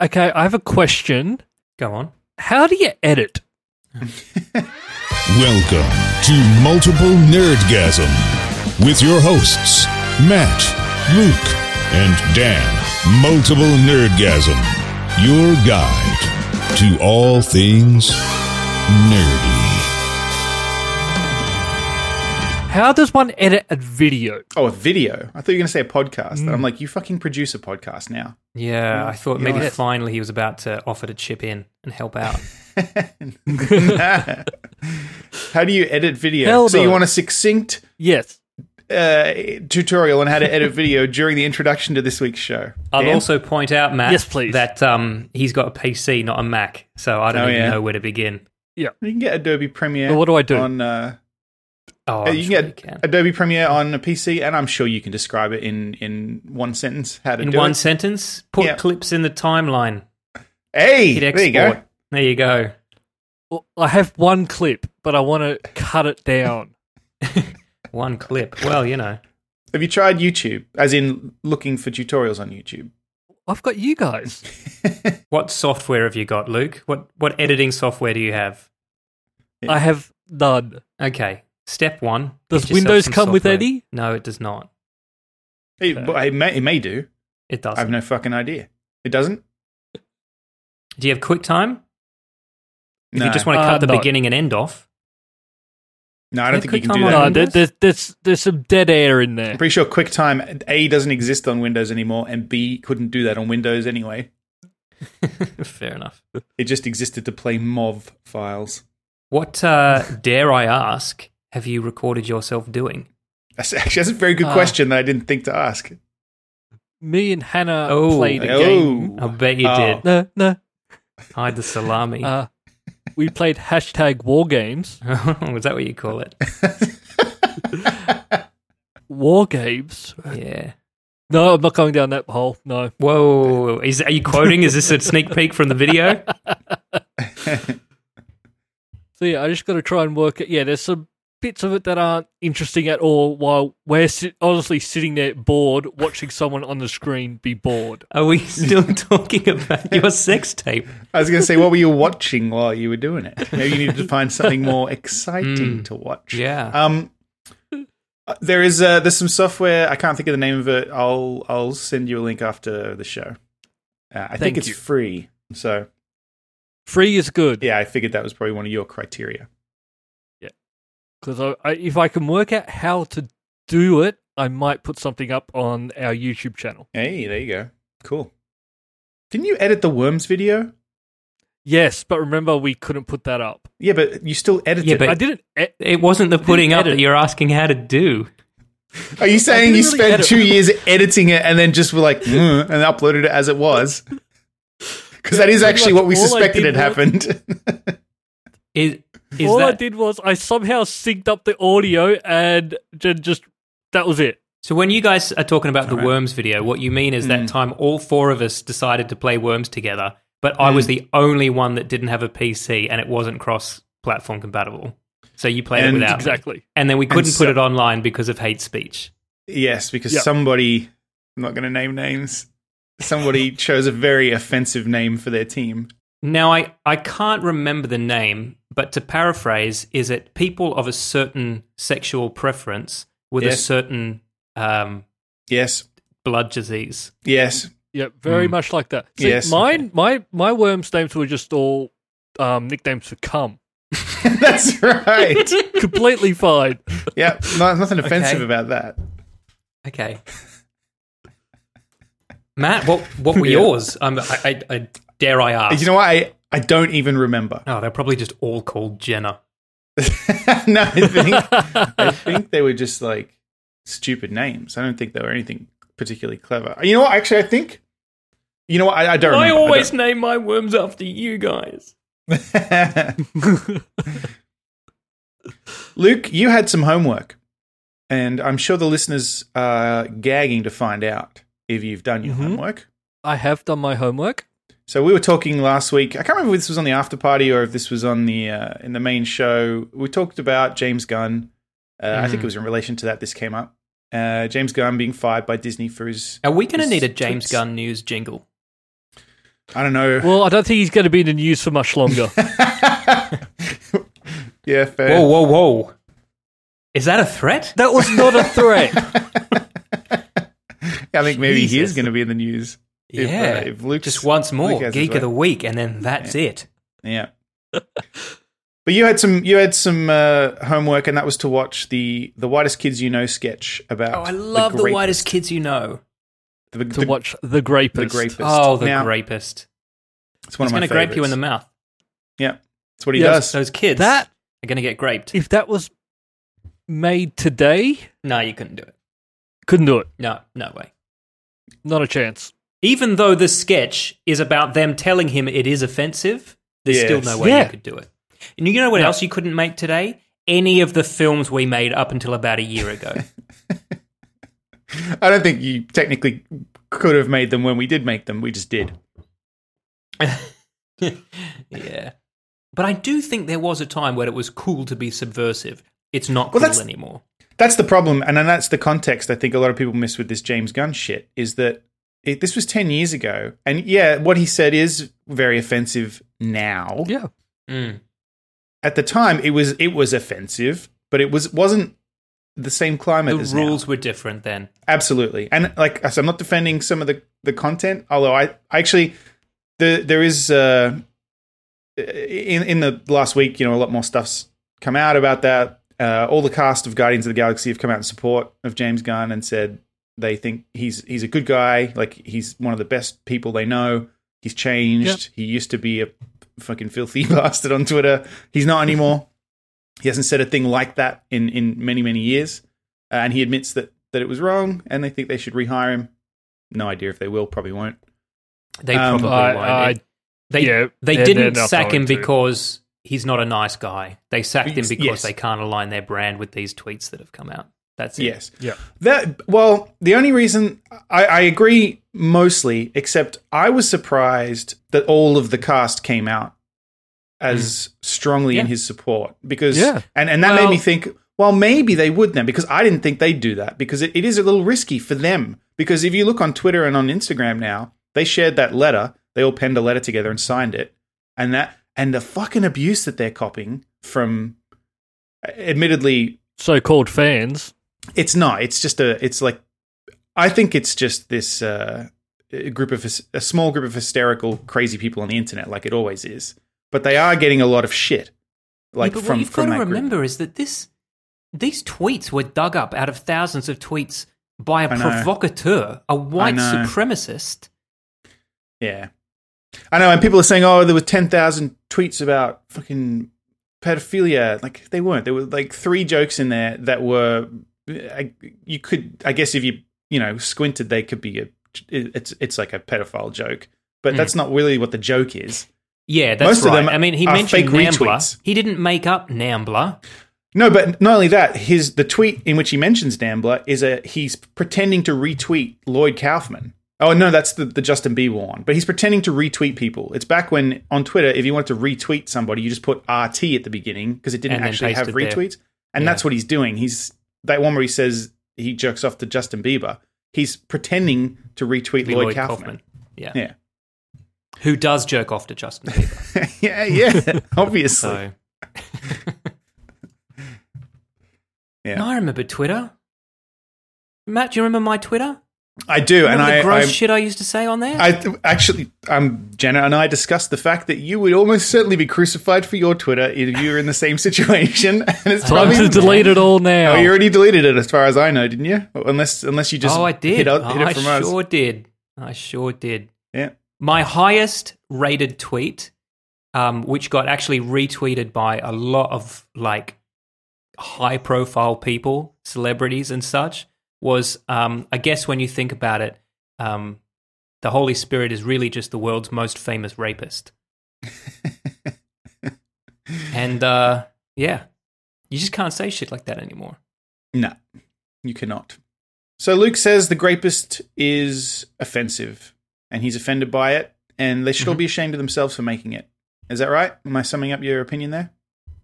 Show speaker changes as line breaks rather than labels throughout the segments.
Okay, I have a question.
Go on.
How do you edit?
Welcome to Multiple Nerdgasm with your hosts, Matt, Luke, and Dan. Multiple Nerdgasm, your guide to all things nerdy.
How does one edit a video?
Oh, a video. I thought you were going to say a podcast.
Mm.
I'm like, you fucking produce a podcast now.
Yeah, I thought
you're
maybe
right.
finally he was about to offer to chip in and help out.
How do you edit video?
Hell
so you
no.
want a succinct
Yes.
uh, tutorial on how to edit video during the introduction to this week's show.
I'll
Dan?
also point out, Matt,
Yes, please.
that um, he's got a PC, not a Mac, so I don't
Oh,
even
yeah.
know where to begin.
you can get Adobe Premiere.
Well, what do I do?
On uh,
Oh,
uh,
I'm
you
sure
can
you
get
can.
Adobe Premiere on a PC, and I'm sure you can describe it in in one sentence how to
in
do
one
it.
sentence, put
Yeah.
clips in the timeline.
hey,
Hit
there
export.
you go.
There you go.
Well, I have one clip, but I want to cut it down.
One clip. Well, you know.
Have you tried YouTube? As in looking for tutorials on YouTube?
I've got you guys.
What software have you got, Luke? What what editing software do you have?
I have none.
Okay. Step one.
Does
get yourself
Windows
some
come with
software.
any?
No, it does not.
It, well, it, may, it may do.
It
I have
doesn't.
no fucking idea. It doesn't.
Do you have QuickTime? If
No.
you just want to
Uh,
cut the
no.
beginning and end off.
No, I don't
Click
think you can do
on
that.
No,
Windows?
there, there's, there's, there's some dead air in there.
I'm pretty sure QuickTime A doesn't exist on Windows anymore, and B couldn't do that on Windows anyway.
Fair enough.
It just existed to play MOV files.
What uh, dare I ask? Have you recorded yourself doing?
That's actually that's a very good
Ah.
question that I didn't think to ask.
Me and Hannah
Oh.
played a game.
I bet you
Oh.
did.
No, no.
Hide the salami.
Uh, we played hashtag war games.
Is that what you call it?
War games?
Yeah.
No, I'm not going down that hole. No.
Whoa. Is are you quoting? Is this a sneak peek from the video?
So yeah, I just got to try and work it. Yeah, there's some bits of it that aren't interesting at all. While we're sit- honestly sitting there bored, watching someone on the screen be bored.
Are we still talking about your sex tape?
I was going to say, what were you watching while you were doing it? Maybe you needed to find something more
Hmm.
exciting to watch.
Yeah.
Um, there is uh, there's some software I can't think of the name of it. I'll I'll send you a link after the show. Uh, I
Thank
think it's
you.
free. So
Free is good
yeah, I figured that was probably one of your criteria.
because I, I, if I can work out how to do it, I might put something up on our YouTube channel.
Hey, there you go. Cool. Didn't you edit the worms video?
Yes, but remember we couldn't put that up.
Yeah, but you still edited.
Yeah,
Yeah,
but-
I didn't. E-
It wasn't the putting up that
edit.
you're asking how to do.
Are you saying
didn't
you
really
spent
edit.
two years editing it and then just were like, "Mm," and uploaded it as it was? Because that is
pretty
actually
much
what we
all I
suspected
did
had
was-
happened.
Is is
all I
that
did was I somehow synced up the audio and then just that was it.
so? When you guys are talking about the worms video, what you mean is
Hmm.
that time all four of us decided to play worms together, but I
Hmm.
was the only one that didn't have a PC and it wasn't cross-platform compatible. So you played
And-
it without me.
Exactly.
and then we couldn't
so-
put it online because of hate speech.
Yes, because
Yeah.
somebody, I'm not going to name names, somebody chose a very offensive name for their team.
Now, I, I can't remember the name, but to paraphrase, is it people of a certain sexual preference with a
Yes.
certain um,
Yes,
blood disease?
yes.
Yeah, very
Mm.
much like that. See,
Yes.
mine, my, my worms names were just all um, nicknames for cum.
That's right.
Completely fine.
yeah, no, nothing offensive
Okay.
about that.
Okay. Matt, what what were yours? Um, I, I, I dare I ask?
You know what? I, I don't even remember.
oh, they're probably just all called Jenna.
no, I think, I think they were just like stupid names. I don't think they were anything particularly clever. You know what? Actually, I think. You know what? I, I don't
I
remember.
always
don't-
name my worms after you guys.
Luke, you had some homework, and I'm sure the listeners are gagging to find out if you've done your homework.
I have done my homework.
So we were talking last week. I can't remember if this was on the after party or if this was on the uh, in the main show. We talked about James Gunn. Uh, I
Hmm.
think it was in relation to that. This came up. Uh, James Gunn being fired by Disney for his.
Are we going to
his
need a James
tweets.
Gunn news jingle?
I don't know.
Well, I don't think he's going to be in the news for much longer.
yeah, fair.
Whoa, whoa, whoa. Is that a threat?
that was not a threat.
I think maybe he is
Jesus.
going to be in the news. If, uh,
yeah.
if Luke's-
Just once
Luke
more.
has his
Geek
way.
of the week, and then that's it.
Yeah. but you had some you had some uh, homework, and that was to watch the the whitest kids you know sketch about.
Oh, I love the,
grape-
whitest kids you know.
The, the,
to watch The Grapist.
the grapist.
Oh, the
Now,
grapist.
It's one of
He's going
my
to grape you in the
favorites.
mouth.
Yeah, that's what he
Yeah,
does.
Those kids
That-
are going to get graped.
If that was made today,
No, you couldn't do it.
couldn't do it.
No, no way.
Not a chance.
Even though the sketch is about them telling him it is offensive, there's still
Yes.
no way
Yeah.
you could do it. And you know what else you couldn't make today? Any of the films we made up until about a year ago.
I don't think you technically could have made them when we did make them. We just did.
yeah. But I do think there was a time where it was cool to be subversive. It's not
Well,
cool
that's-
anymore.
That's the problem, and then that's the context I think a lot of people miss with this James Gunn shit is that it, this was ten years ago, and yeah, what he said is very offensive now.
Yeah.
Mm.
At the time, it was it was offensive, but it was wasn't the same climate.
The
as now.
rules were different then.
absolutely, and like I said, I'm not defending some of the the content, although I, I actually the there is uh, in in the last week, you know, a lot more stuff's come out about that. Uh, all the cast of Guardians of the Galaxy have come out in support of James Gunn and said they think he's he's a good guy. Like he's one of the best people they know. He's changed. He used to be a fucking filthy bastard on Twitter. He's not anymore. he hasn't said a thing like that in in many many years, uh, and he admits that that it was wrong. And they think they should rehire him. No idea if they will. Probably won't.
They
Um,
probably
I,
won't.
I,
they
yeah,
they
they're-
didn't
they're not
sack him
going to.
because he's not a nice guy. They sacked him
Yes,
because
yes.
they can't align their brand with these tweets that have come out. That's it.
Yes.
Yeah.
That well, the only reason I, I agree mostly, except I was surprised that all of the cast came out as strongly in
Hmm. Yeah.
his support because
Yeah.
and, and that made me
Well-
think, well, maybe they would then because I didn't think they'd do that because it, it is a little risky for them. Because if you look on Twitter and on Instagram now, they shared that letter. They all penned a letter together and signed it. And that and the fucking abuse that they're copying from admittedly
so-called fans.
it's not it's just a it's like i think it's just this uh a group of hys- a small group of hysterical crazy people on the internet like it always is but they are getting a lot of shit like
Yeah, but
from
what you've
from
got
that
to
group.
remember is that this these tweets were dug up out of thousands of tweets by a
I know.
provocateur, a white
know.
supremacist.
yeah i know and people are saying oh there were 10,000 tweets about fucking pedophilia like they weren't there were like three jokes in there that were I, you could i guess if you you know squinted they could be a it's it's like a pedophile joke but
Mm.
that's not really what the joke is
Yeah, that's
Most of
right.
them
I mean, he
are fake
mentioned Nambler.
retweets.
He didn't make up Nambler.
No, but not only that, his the tweet in which he mentions Dambler is a he's pretending to retweet Lloyd Kaufman. Oh no, that's the, the Justin Bieber one. But he's pretending to retweet people. It's back when on Twitter, if you wanted to retweet somebody, you just put RT at the beginning because it didn't
And then
actually have
pasted there.
retweets. And that's what he's doing. He's that one where he says he jerks off to Justin Bieber. He's pretending to retweet Lloyd, Kaufman.
Yeah.
Yeah.
Who does jerk off to Justin Bieber.
yeah, yeah. Obviously.
so.
Yeah.
No, I remember Twitter. Matt, do you remember my Twitter?
I do, and
Remember
I,
the gross
I
shit I used to say on there?
I th- actually, um, Jenna and I discussed the fact that you would almost certainly be crucified for your Twitter if you were in the same situation. And it's
Time
probably
to delete it all now.
Oh, you already deleted it, as far as I know, didn't you? Unless, unless you just
oh, I did.
hit, out-
Oh,
hit it
I
from
sure
us.
did. I sure did.
Yeah,
My highest rated tweet, um, which got actually retweeted by a lot of like high profile people, celebrities and such, was um, I guess when you think about it, um, the Holy Spirit is really just the world's most famous rapist. and uh, yeah, you just can't say shit like that anymore.
no, you cannot. So Luke says the grapist is offensive, and he's offended by it, and they should all
Mm-hmm.
be ashamed of themselves for making it. Is that right? Am I summing up your opinion there?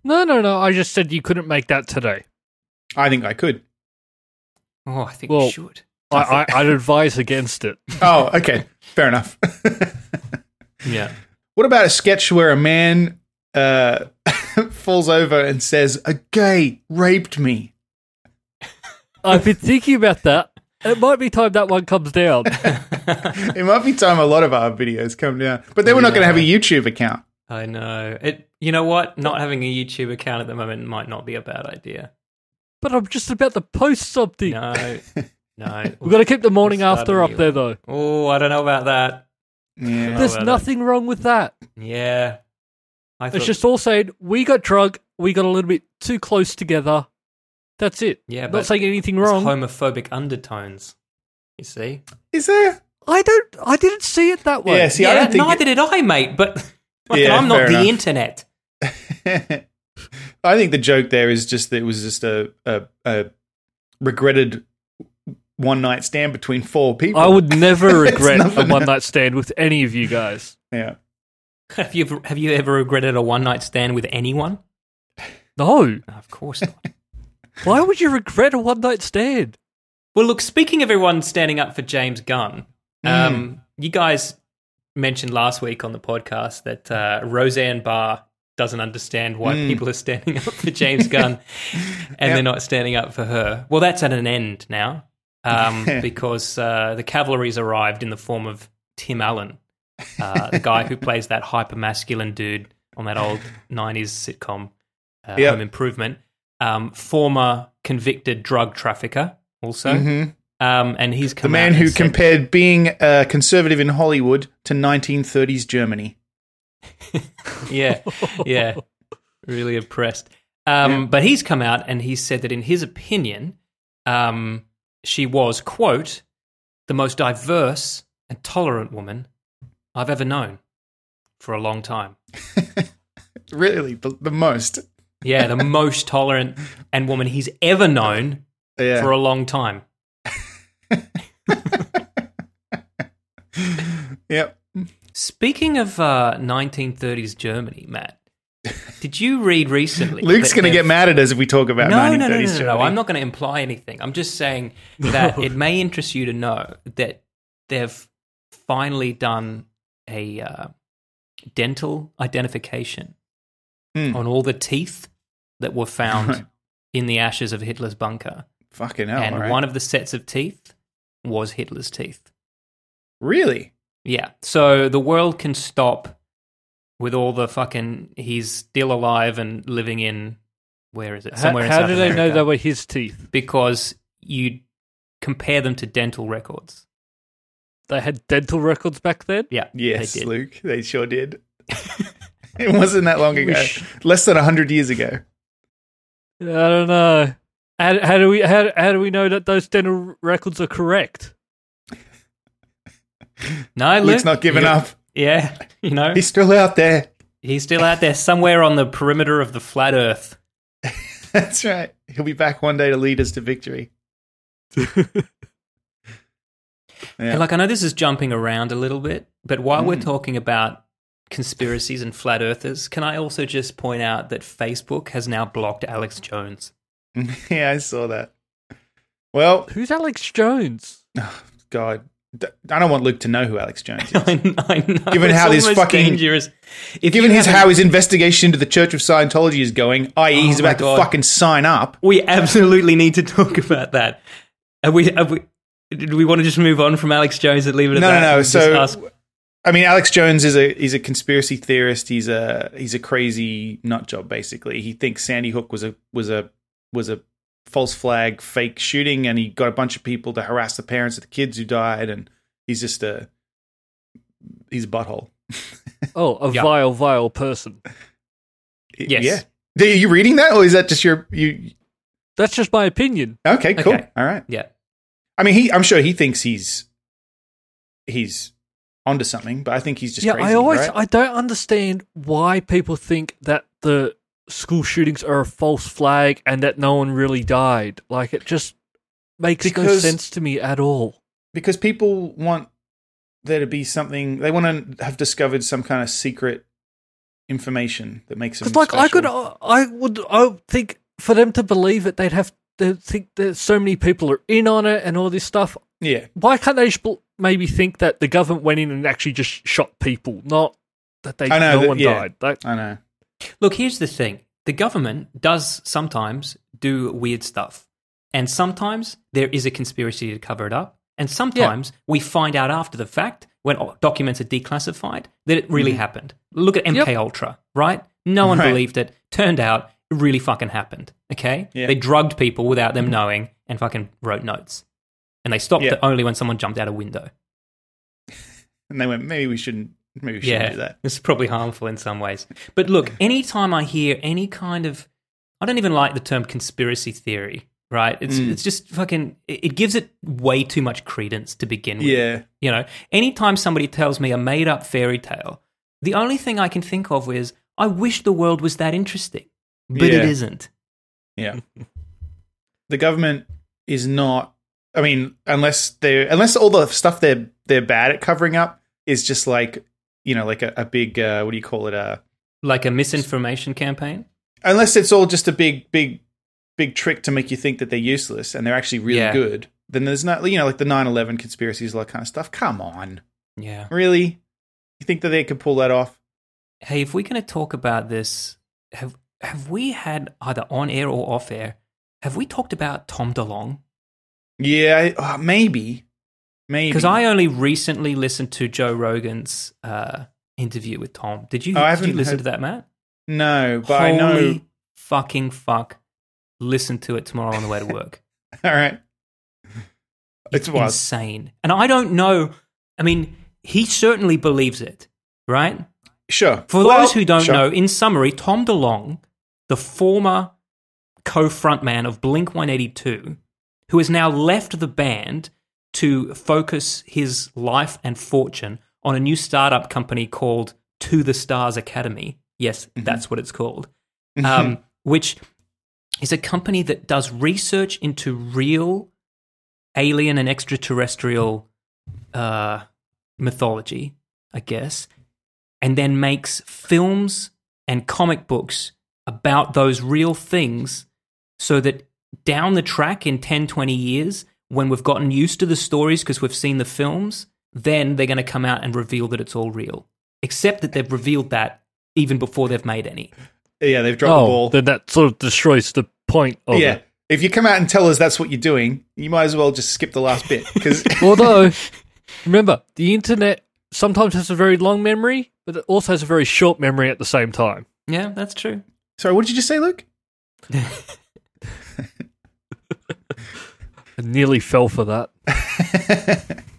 no, no, no. I just said you couldn't make that today.
I think I could.
Oh, I think
Well,
we should.
I, I, I'd advise against it.
Oh, okay, fair enough.
Yeah.
What about a sketch where a man uh, falls over and says, "A gay raped me"?
I've been thinking about that. It might be time that one comes down.
It might be time a lot of our videos come down, but then we're not going to have a YouTube account.
I know. It you know what? Not having a YouTube account at the moment might not be a bad idea.
But I'm just about to post something.
No. No.
We've got to keep the morning
Start
after
a
up
new
there, though.
Oh, I don't know about that.
Yeah.
There's
well, uh,
nothing wrong with that.
Yeah. I thought,
It's just all saying we got drunk, we got a little bit too close together. That's it.
Yeah,
not
but
saying anything
it's
wrong.
homophobic undertones. You see?
Is there?
I don't. I didn't see it that way.
Yeah, see, I
yeah,
don't think
neither did I, mate, but fucking
Yeah,
I'm not
fair
the
enough.
internet.
I think the joke there is just that it was just a a, a regretted one night stand between four people.
I would never regret a
nothing.
one night stand with any of you guys.
yeah.
Have you ever, have you ever regretted a one night stand with anyone?
No.
No, of course not.
Why would you regret a one night stand?
well, look, speaking of everyone standing up for James Gunn, um, you guys mentioned last week on the podcast that uh, Roseanne Barr doesn't understand why people are standing up for James Gunn and they're not standing up for her. Well, that's at an end now um, because uh, the cavalry's arrived in the form of Tim Allen, uh, the guy who plays that hyper masculine dude on that old 90s sitcom uh,
Yep.
Home Improvement, um, former convicted drug trafficker also. Um, and he's
Mm-hmm. The
come
man
out
who
and said-
compared being a conservative in Hollywood to 1930s Germany.
yeah, yeah, really impressed. Um, But he's come out and he said that in his opinion, um, she was quote the most diverse and tolerant woman I've ever known for a long time.
Really, the, the most.
Yeah, the most tolerant and woman he's ever known
Yeah.
for a long time.
yep.
Speaking of uh, 1930s Germany, Matt, did you read recently?
Luke's
that
going to
they've-
get mad at us if we talk about
no,
1930s
no, no, no, no,
Germany.
no. I'm not going to imply anything. I'm just saying that it may interest you to know that they've finally done a uh, dental identification
Hmm.
on all the teeth that were found in the ashes of Hitler's bunker,
Fucking hell.
and
Oh, all right.
one of the sets of teeth was Hitler's teeth.
really?
Yeah. So the world can stop with all the fucking he's still alive and living in where is it?
How,
Somewhere in
how
South
did they know
America.
they were his teeth?
because you compare them to dental records.
They had dental records back then.
Yeah.
Yes,
they did.
Luke. They sure did. it wasn't that long ago.
Wish.
Less than 100 years ago.
I don't know. How, how do we how, how do we know that those dental records are correct?
No, Luke,
Luke's not giving
you-
up.
Yeah, you know,
He's still out there.
he's still out there somewhere on the perimeter of the flat Earth.
That's right. He'll be back one day to lead us to victory. Yeah.
And like, I know this is jumping around a little bit, but while
Mm.
we're talking about conspiracies and flat earthers, can I also just point out that Facebook has now blocked Alex Jones?
yeah, I saw that. Well,
Who's Alex Jones?
God, D- I don't want Luke to know who Alex Jones is.
I, I know.
Given
it's
how this
almost
fucking-
dangerous. If
Given
you
his
haven't- Oh
how his investigation into the Church of Scientology is going, i.e., he's
my
about to
God.
fucking sign up.
We absolutely need to talk about that. Are we? Are we do we want to just move on from Alex Jones and leave it at
No, no,
that?
no.
and just
So-
ask-
I mean, Alex Jones is a he's a conspiracy theorist. He's a he's a crazy nut job. Basically, he thinks Sandy Hook was a was a was a false flag, fake shooting, and he got a bunch of people to harass the parents of the kids who died. And he's just a he's a butthole.
Oh, a
Yeah.
vile, vile person.
Yes.
Yeah. Are you reading that, or is that just your you?
That's just my opinion.
Okay, cool.
Okay.
All right.
yeah,
I mean, he. I'm sure he thinks he's he's onto something, but I think he's just
yeah,
Crazy,
I always
right?
I don't understand why people think that the school shootings are a false flag and that no one really died. Like it just makes no
Because-
sense to me at all.
because people want there to be something. They want to have discovered some kind of secret information that makes them.
Because like I could,
special.
I I would, I think for them to believe it, they'd have to think that so many people are in on it and all this stuff.
yeah.
Why can't they just bel- maybe think that the government went in and actually just shot people, not that they
I know,
no
that-
one
yeah.
died. That,
I know.
Look, here's the thing the government does sometimes do weird stuff. And sometimes there is a conspiracy to cover it up. And sometimes we find out after the fact, when oh, documents are declassified, that it really happened. Look at MK Ultra, right? No one
Mm. Right.
believed it. Turned out it really fucking happened. Okay?
Yeah.
They drugged people without them knowing and fucking wrote notes. And they stopped
Yeah.
it only when someone jumped out a window.
And they went, maybe we shouldn't, maybe we shouldn't do that.
It's probably harmful in some ways. But look, anytime I hear any kind of, I don't even like the term conspiracy theory, right? It's,
Mm.
it's just fucking, it it gives it way too much credence to begin with.
Yeah.
You know, anytime somebody tells me a made up fairy tale, the only thing I can think of is, I wish the world was that interesting, but
Yeah.
it isn't.
Yeah. the government is not I mean, unless they unless all the stuff they're they're bad at covering up is just like you know, like a, a big uh, what do you call it? Uh
Like a misinformation campaign?
unless it's all just a big, big, big trick to make you think that they're useless and they're actually really
Yeah.
good, then there's not you know, like the 9-11 conspiracies, all that kind of stuff. Come on.
Yeah.
Really? You think that they could pull that off?
Hey, if we're going to talk about this, have have we had either on air or off air? Have we talked about Tom DeLong?
Yeah, I- oh, maybe. Maybe.
Because I only recently listened to Joe Rogan's uh, interview with Tom. Did you?
Oh, I
did you
haven't
listen
heard-
to that, Matt?
No, but
Holy
I know
fucking fuck! Listen to it tomorrow on the way to work.
all right. It's, wild.
insane, and I don't know. I mean, he certainly believes it, right?
Sure.
For
Well,
those who don't
sure.
know, in summary, Tom DeLong, the former co frontman of Blink 182, who has now left the band to focus his life and fortune on a new startup company called To the Stars Academy. Yes,
Mm-hmm.
that's what it's called. Um, which is a company that does research into real alien and extraterrestrial uh, mythology, I guess, and then makes films and comic books about those real things so that down the track in 10, 20 years, when we've gotten used to the stories because we've seen the films, then they're going to come out and reveal that it's all real. Except that they've revealed that even before they've made any.
Yeah, they've dropped the
oh,
ball.
then that sort of destroys the point of
yeah.
it.
If you come out and tell us that's what you're doing, you might as well just skip the last bit because
Although, remember, the internet sometimes has a very long memory, but it also has a very short memory at the same time.
Yeah, that's true.
Sorry, what did you just say, Luke?
I nearly fell for that.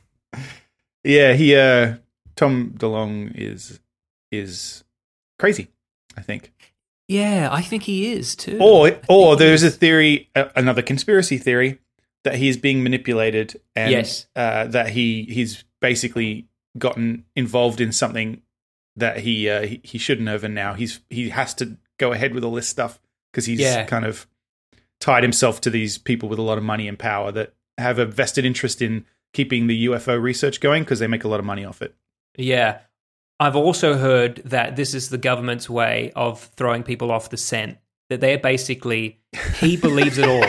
Yeah, he uh Tom DeLong is is crazy, I think.
Yeah, I think he is too.
Or or there's a theory a- another conspiracy theory that he's being manipulated and
Yes.
uh that he he's basically gotten involved in something that he uh he, he shouldn't have and now he's he has to go ahead with all this stuff cuz he's
Yeah.
kind of tied himself to these people with a lot of money and power that have a vested interest in keeping the UFO research going because they make a lot of money off it.
Yeah. I've also heard that this is the government's way of throwing people off the scent. That they're basically, he believes it all.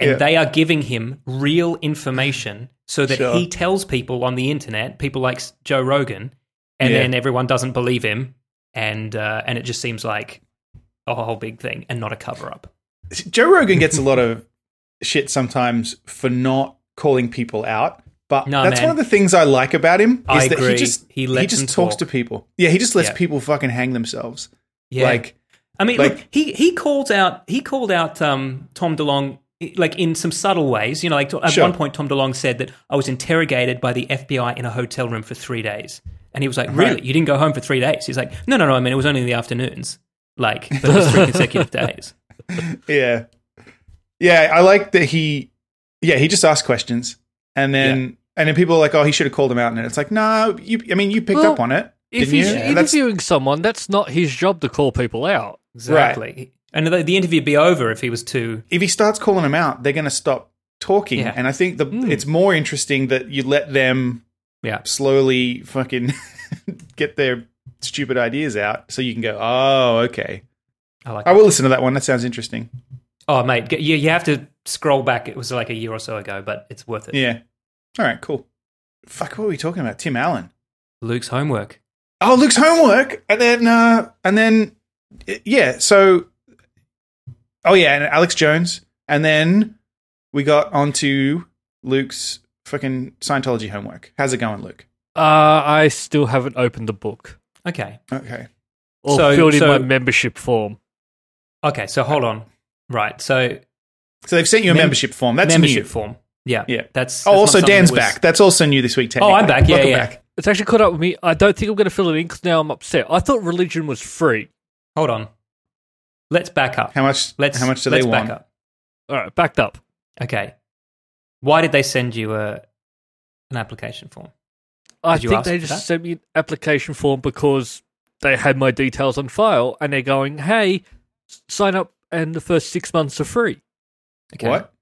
And
Yeah.
they are giving him real information so that
Sure.
he tells people on the internet, people like S- Joe Rogan, and
Yeah.
then everyone doesn't believe him. And, uh, and it just seems like a whole big thing and not a cover up.
Joe Rogan gets a lot of shit sometimes for not calling people out, but
No,
that's one
man.
of the things I like about him is
I
that
agree.
he just
He lets
just
them
talks
talk.
to people. Yeah, he just lets
Yeah.
people fucking hang themselves.
Yeah.
Like
I mean,
Like-
look, he he called out he called out um, Tom DeLong like in some subtle ways. You know, like at
Sure.
one point, Tom DeLong said that I was interrogated by the FBI in a hotel room for three days, and he was like, "Really? You didn't go home for three days?" He's like, "No, no, no. I mean, it was only in the afternoons, like but it was three consecutive days."
yeah, yeah. I like that he yeah he just asks questions and then and then people are like oh he should have called him out and it's like no you I mean you picked
Well,
up on it
If
didn't
he's
you? And that's-
interviewing someone, that's not his job to call people out.
Exactly. And the, the interview would be over if he was too.
if he starts calling them out, they're going to stop talking.
Yeah. Hmm.
And I think the it's more interesting that you let them
Yeah.
slowly fucking get their stupid ideas out so you can go, oh, okay.
I like.
I will listen to that one. That sounds interesting.
Oh, mate, g- you you have to scroll back. It was like a year or so ago, but it's worth it.
Yeah. All right, cool. fuck, what were we talking about? Tim Allen.
Luke's homework.
Oh, Luke's homework, and then uh, and then yeah. So oh yeah, and Alex Jones, and then we got onto Luke's fucking Scientology homework. How's it going, Luke?
Uh, I still haven't opened the book
Okay.
Okay,
or
So-
filled in
so-
my membership form.
Okay, so hold on. Right. So
so they've sent you a
Mem-
membership form. That's
membership
new.
form. Yeah.
Yeah.
That's, that's
Oh,
not
also
something
Dan's
that was-
back. That's also new this week. Technically,
Oh, I'm back. Yeah,
Welcome
yeah.
back.
It's actually caught up with me. I don't think I'm going to fill it in because now I'm upset. I thought religion was free.
Hold on. Let's back up.
How much?
Let's
how much do
let's
they want?
back up.
All right, backed up.
Okay. Why did they send you a an application form?
I
Did you
think
ask
they
for
just
that?
sent me an application form because they had my details on file and they're going, hey, s- sign up and the first six months are free.
Okay.
What?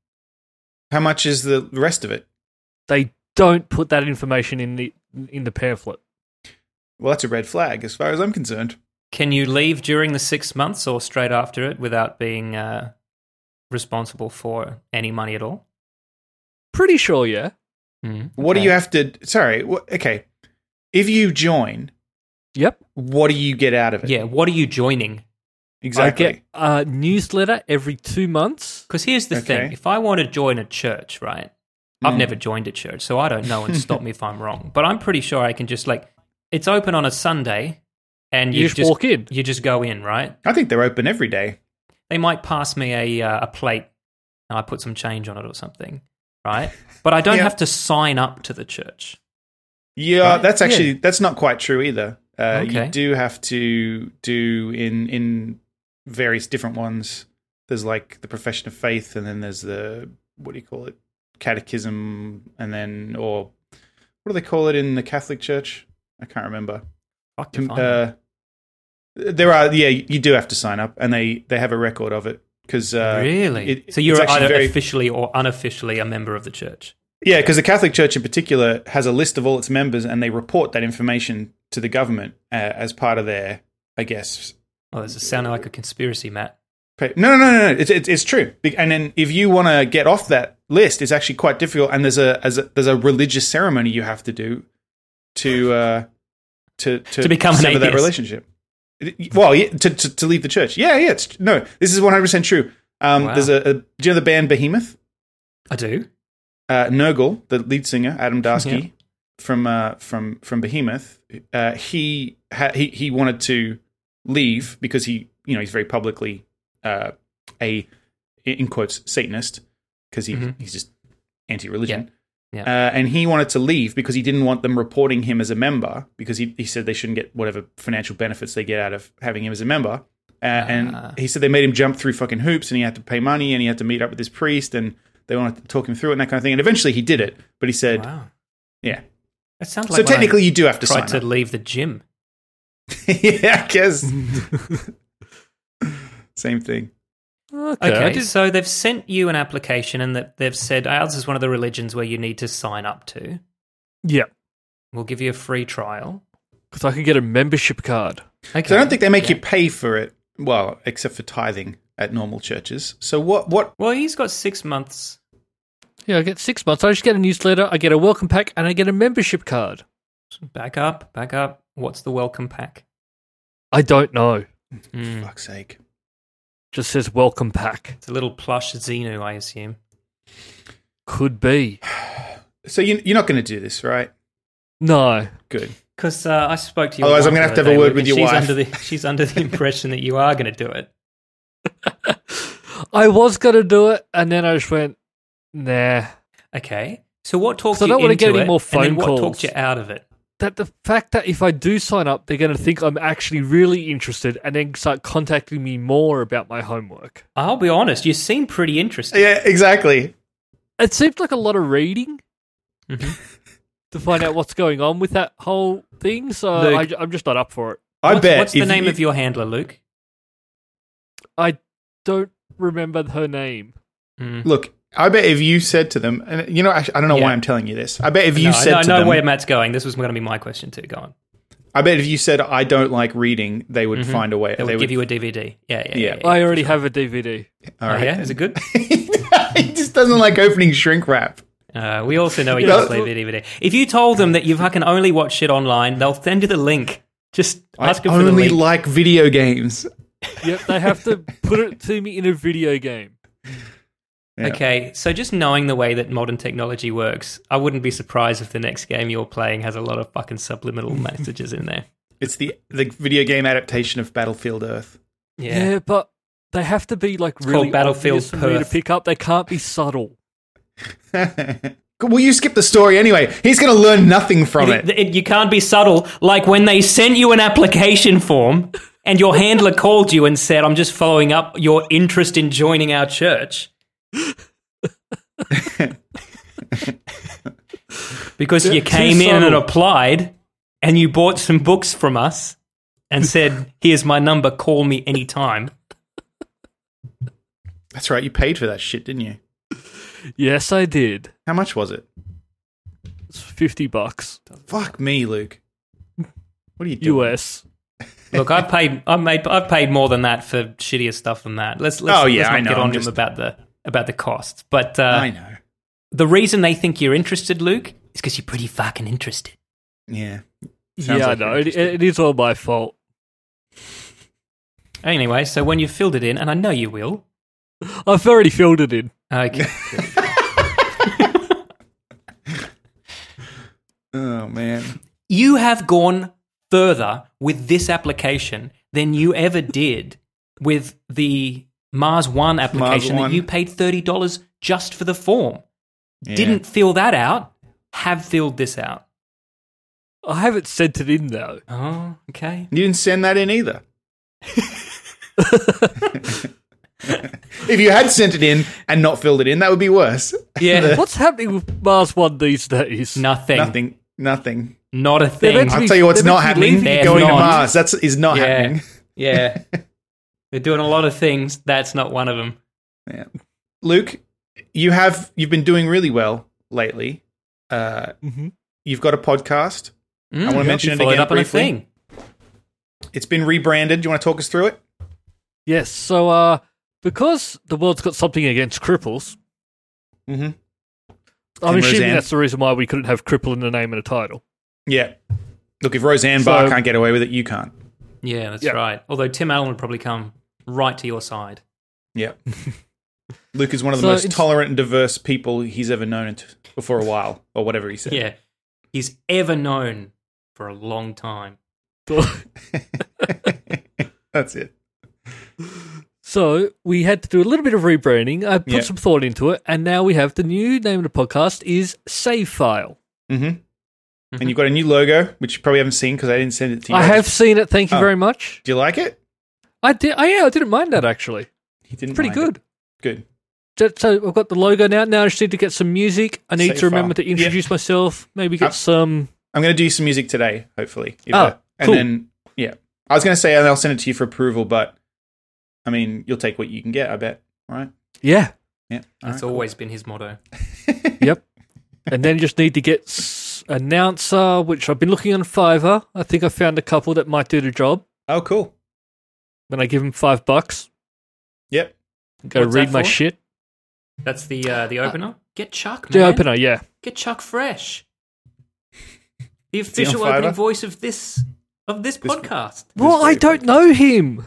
How much is the rest of it?
They don't put that information in the in the pamphlet.
Well, that's a red flag, as far as I'm concerned.
Can you leave during the six months or straight after it without being uh, responsible for any money at all?
Pretty sure, yeah.
Mm,
Mm-hmm. What do
okay.
you have to? Sorry. What, okay, if you join,
Yep.
what do you get out of it?
Yeah. What are you joining?
exactly.
I get a newsletter every two months.
Because here's the
Okay. Hmm.
thing: if I want to join a church, right? I've never joined a church, so I don't know. And stop me if I'm wrong, but I'm pretty sure I can just like it's open on a Sunday, and
You
you,
just walk in.
You just go in, right?
I think they're open every day.
They might pass me a uh, a plate, and I put some change on it or something, right? But I don't
Yeah.
have to sign up to the church.
Yeah,
Right?
that's actually that's not quite true either. Uh,
Okay.
You do have to do in in various different ones. There's like the profession of faith, and then there's the what do you call it, catechism, and then or what do they call it in the Catholic Church? I can't remember.
Fuck if I know.
Uh, there are yeah, you do have to sign up, and they they have a record of it because uh,
really?
it-
so
it's
you're
actually
either
very-
officially or unofficially a member of the church.
Yeah, because the Catholic Church in particular has a list of all its members, and they report that information to the government uh, as part of their, I guess.
Oh, this is sounding like a conspiracy, Matt.
pa- No, no, no, no, no. It's, it's, it's true. Be- And then if you want to get off that list, it's actually quite difficult. And there's a, as a there's a religious ceremony you have to do to uh, to, to
To become an
sever that
atheist.
relationship. It- Well, yeah, to, to to leave the church. Yeah, yeah. It's, no, this is one hundred percent true. Um,
Wow.
There's a, a do you know the band Behemoth?
I do.
uh, Nergal, the lead singer, Adam Darsky
Yeah.
from uh, from from Behemoth, uh, he ha- he he wanted to leave because he you know he's very publicly uh, a in quotes Satanist because he
Mhm.
he's just anti-religion.
Yeah.
Uh, and he wanted to leave because he didn't want them reporting him as a member because he, he said they shouldn't get whatever financial benefits they get out of having him as a member. Uh,
Ah.
and he said they made him jump through fucking hoops and he had to pay money and he had to meet up with his priest and they wanted to talk him through it and that kind of thing. And eventually he did it, but he said,
Wow.
yeah.
That sounds like
So
when I
technically you do have to sign
tried
up.
to leave the gym.
yeah, I guess. Same thing.
Okay.
Okay,
I did-
so they've sent you an application, and that they've said ours is one of the religions where you need to sign up to.
yeah,
We'll give you a free trial.
because I could get a membership card.
Okay,
So I don't think they make you pay for it. Well, except for tithing at normal churches. So what what
Well, he's got six months.
Yeah, I get six months. I just get a newsletter, I get a welcome pack, and I get a membership card.
Back up, back up. What's the welcome pack?
I don't know.
Mm,
fuck's sake.
Just says welcome pack.
It's a little plush Xenu, I assume.
Could be.
So you you're not going to do this, right?
No.
Good.
Because uh, I spoke to you.
Otherwise, I'm gonna have to have a word with your
she's
wife.
Under the, she's under the impression that you are going to do it.
I was going to do it, and then I just went, nah.
Okay. So what talked
So I
you
don't wanna
into
get any
it,
more
and then
phone
what
calls.
talked you out of it?
That the fact that if I do sign up, they're going to think I'm actually really interested and then start contacting me more about my homework.
I'll be honest. You seem pretty interested.
Yeah, exactly.
It seems like a lot of reading
Mhm.
to find out what's going on with that whole thing, so
Look-
I, am just not up for it.
I
what's,
bet.
What's the
if
name
you-
of your handler, Luke?
I don't remember her name.
Mm.
Look, I bet if you said to them, and you know, actually, I don't know
Yeah.
why I'm telling you this. I bet if you
no, I
said
know- I
to
know
them,
where Matt's going. This was going to be my question too. Go on.
I bet if you said I don't like reading, they would find a way.
Mm-hmm. They would give you a DVD. Yeah, yeah, yeah.
Yeah.
yeah,
I already have a DVD.
All
Oh,
right.
yeah? Is it good?
he just doesn't like opening shrink wrap.
Uh, we also know he does play video video. If you told them that you fucking only watch shit online, they'll send you the link. Just ask them for the
only
link.
like video games.
Yep, they have to put it to me in a video game.
Yeah.
Okay, so just knowing the way that modern technology works, I wouldn't be surprised if the next game you're playing has a lot of fucking subliminal messages in there.
It's the the video game adaptation of Battlefield Earth.
Yeah,
Yeah.
but they have to be like
called
really
Battlefield
obvious for me to
Perth.
pick up. They can't be subtle.
Will you skip the story anyway? He's going to learn nothing from
It-
it.
it- you can't be subtle. Like when they sent you an application form and your handler called you and said, I'm just following up your interest in joining our church. because you
Too
came in and
subtle.
applied and you bought some books from us and said, Here's my number, call me anytime.
That's right. You paid for that shit, didn't you?
Yes, I did.
How much was it?
It's fifty bucks
Fuck me, Luke. What are you doing?
US.
Look, I've paid, I've made, I've paid more than that for shittier stuff than that. Let's, let's,
Oh, yeah,
let's not
I know.
get
I'm
on to
just-
him about the about the cost. But uh,
I know.
the reason they think you're interested, Luke, is because you're pretty fucking interested.
Yeah. Sounds
Yeah,
like
I know.
you're
It, it is all my fault.
Anyway, so when you've filled it in, and I know you will.
I've already filled it in.
Okay.
Oh man.
you have gone further with this application than you ever did with the Mars One application
One.
that you paid thirty dollars just for the form.
Yeah.
Didn't fill that out. Have filled this out.
I haven't sent it in though.
Oh, okay.
you didn't send that in either? if you had sent it in and not filled it in, that would be worse.
Yeah.
What's happening with Mars One these days?
Nothing.
Nothing. Nothing.
Not a
They're
thing.
meant to
I'll
be-
tell you what's
they're meant
not
to be
happening.
leaving.
They're
Going to
not.
Mars. That's is not
Yeah.
happening.
Yeah. They're doing a lot of things. That's not one of them.
Yeah. Luke, you have you've been doing really well lately. Uh,
Mhm.
You've got a podcast.
Mm,
wanna
yeah.
mention
You
it
followed
again
up on a
briefly.
thing.
It's been rebranded. Do you want to talk us through it?
Yes. So, uh, because the world's got something against cripples,
Mm-hmm.
I'm
And
assuming
Roseanne.
that's the reason why we couldn't have cripple in the name and a title.
Yeah. Look, if Roseanne Barr
So-
can't get away with it, you can't.
Yeah, that's
Yeah.
right. Although Tim Allen would probably come right to your side.
Yeah. Luke is one of the
So
most
it's-
tolerant and diverse people he's ever known and t- for a while, or whatever he said.
Yeah. He's ever known for a long time.
That's it.
so we had to do a little bit of rebranding. I put
Yeah.
some thought into it, and now we have the new name of the podcast is Save File.
Mm-hmm. And you've got a new logo, which you probably haven't seen because I didn't send it to you.
I have seen it. Thank you
Oh.
very much.
Do you like it?
I did. I, yeah, I didn't mind that actually.
He didn't.
Pretty
mind it.
good.
Good.
So, so I've got the logo now. Now I just need to get some music. I need
Save
to remember
file.
to introduce myself. Maybe get
Uh,
some.
I'm going to do some music today, hopefully.
Oh,
Either. and
cool.
then yeah, I was going to say, and I'll send it to you for approval, but I mean, you'll take what you can get. I bet. All right.
Yeah.
Yeah. All
That's
right, cool.
always been his motto.
Yep. and then you just need to get s- announcer, which I've been looking on Fiverr. I think I found a couple that might do the job.
Oh, cool.
Then I give them five bucks.
Yep.
Go
What's
read
that
my
for?
shit.
That's the uh, the opener. Get Chuck,
The
man.
opener, yeah.
Get Chuck Fresh. The
he on
official
Fiverr?
opening voice of this of this,
This-
podcast.
Well, I
very
don't know him.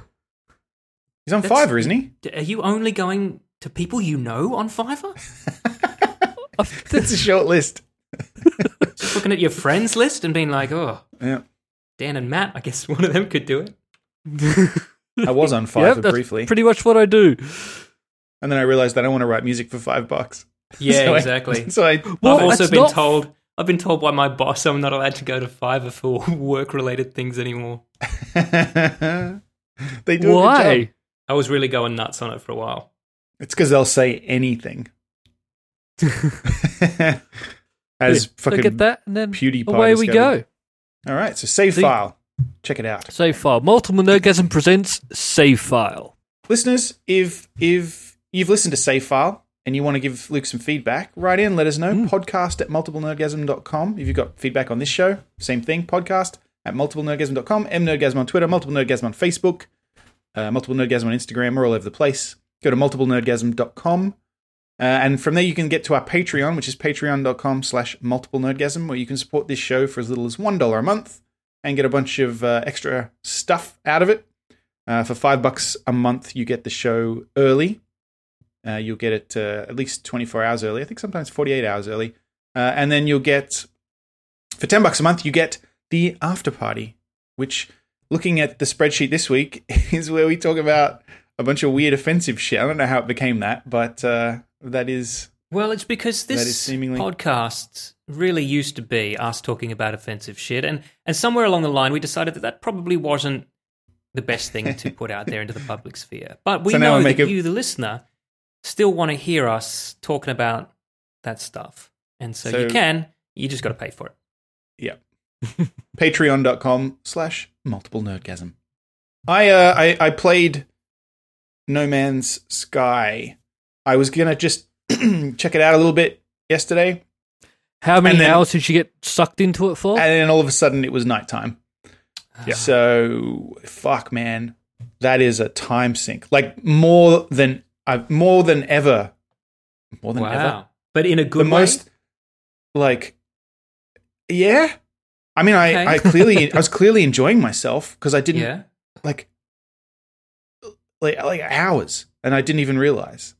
He's on
That's-
Fiverr, isn't he?
D- Are you only going to people you know on Fiverr?
I've-
It's a short list.
Just looking at your friends list and being like, oh,
Yeah.
Dan and Matt, I guess one of them could do it.
I was on
yep,
Fiverr
that's
briefly,
pretty much what I do.
and then I realized that I want to write music for five bucks.
Yeah,
So I-
exactly.
so I
Well,
I've also
that's
been
not-
told I've been told by my boss I'm not allowed to go to Fiverr for work related things anymore.
they do a good job.
Why?
I was really going nuts on it for a while.
It's because they'll say anything. As
Yeah, so
fucking
get that, and then
PewDiePie
away we
discovered.
go.
All right, so save
The-
file. Check it out.
Save file. Multiple Nerdgasm presents Save File.
Listeners, if if you've listened to Save File and you want to give Luke some feedback, write in, let us know. Podcast at multiplenerdgasm.com. If you've got feedback on this show, same thing. Podcast at multiplenerdgasm.com. Mnerdgasm on Twitter, multiple nerdgasm on Facebook, uh, multiple nerdgasm on Instagram. We're all over the place. Go to multiplenerdgasm.com Uh, and from there, you can get to our Patreon, which is patreon.com slash multiple nerdgasm, where you can support this show for as little as $1 a month and get a bunch of uh, extra stuff out of it. Uh, for five bucks a month, you get the show early. Uh, you'll get it uh, at least 24 hours early. I think sometimes 48 hours early. Uh, and then you'll get, for 10 bucks a month, you get the after party, which looking at the spreadsheet this week is where we talk about a bunch of weird offensive shit. I don't know how it became that, but uh, that is
Well, it's because
is
this
seemingly-
podcast really used to be us talking about offensive shit, and and somewhere along the line we decided that that probably wasn't the best thing to put out there into the public sphere. But we
So now
know
we
that
make a-
you, the listener, still want to hear us talking about that stuff, and so,
So-
you can. You just got to pay for it.
Yeah. Patreon.com slash multiple nerdgasm. I, uh, I I played No Man's Sky. I was gonna just check it out a little bit yesterday,
How many
And then-
hours did you get sucked into it
Oh.
for?
and then all of a sudden it was nighttime.
Yeah.
So fuck man. That is a time sink. Like more than I've more than ever. More than ever.
But in a good
the
way.
most like yeah i mean i
Okay.
i clearly i was clearly enjoying myself because i didn't
yeah.
like like like hours and i didn't even realize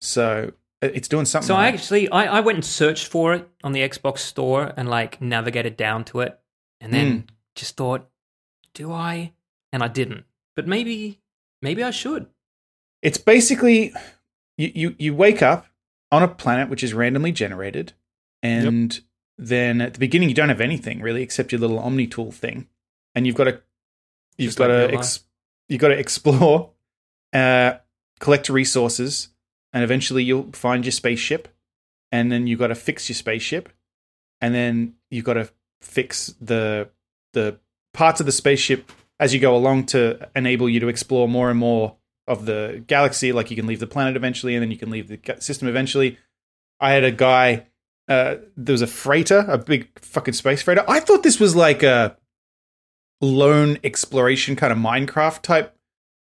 so it- it's doing something
So I
right.
actually I, I went and searched for it on the Xbox store and like navigated down to it and then
Hmm.
just thought, do I? And I didn't. But maybe maybe I should.
it's basically you, you you wake up on a planet which is randomly generated and then at the beginning you don't have anything really except your little omni tool thing and you've got to you've
Just
got
like
to
real
ex- you've got to explore uh collect resources and eventually you'll find your spaceship and then you've got to fix your spaceship and then you've got to fix the the parts of the spaceship as you go along to enable you to explore more and more of the galaxy. Like you can leave the planet eventually, and then you can leave the ga- system eventually. I had a guy. Uh, there was a freighter, a big fucking space freighter. I thought this was like a lone exploration kind of Minecraft type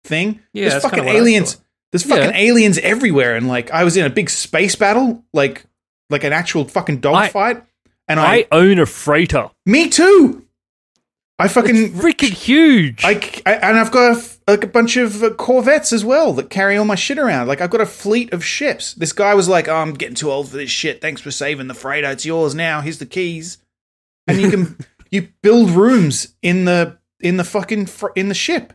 thing.
Yeah,
there's
that's kinda
fucking
what I
aliens.
thought.
There's fucking aliens everywhere, and like I was in a big space battle, like like an actual fucking dogfight. And I,
I own a freighter.
me too. I fucking
Freaking huge.
I, c- I- and I've got a, f- like a bunch of uh, Corvettes as well that carry all my shit around. Like I've got a fleet of ships. This guy was like, oh, "I'm getting too old for this shit. Thanks for saving the freighter. It's yours now. Here's the keys." And you can you build rooms in the in the fucking fr- in the ship.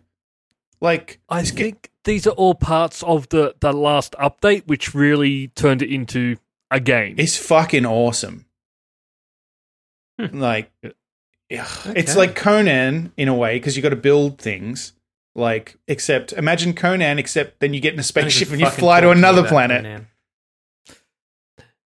Like
I
this g-
think these are all parts of the, the last update, which really turned it into a game.
it's fucking awesome.
Hmm.
Like uh, ugh, it's like Conan in a way because you got to build things. Like except imagine Conan except then you get in a
Don't even
spaceship and you
fucking
fly
talk
to
me
another
about
planet.
Conan.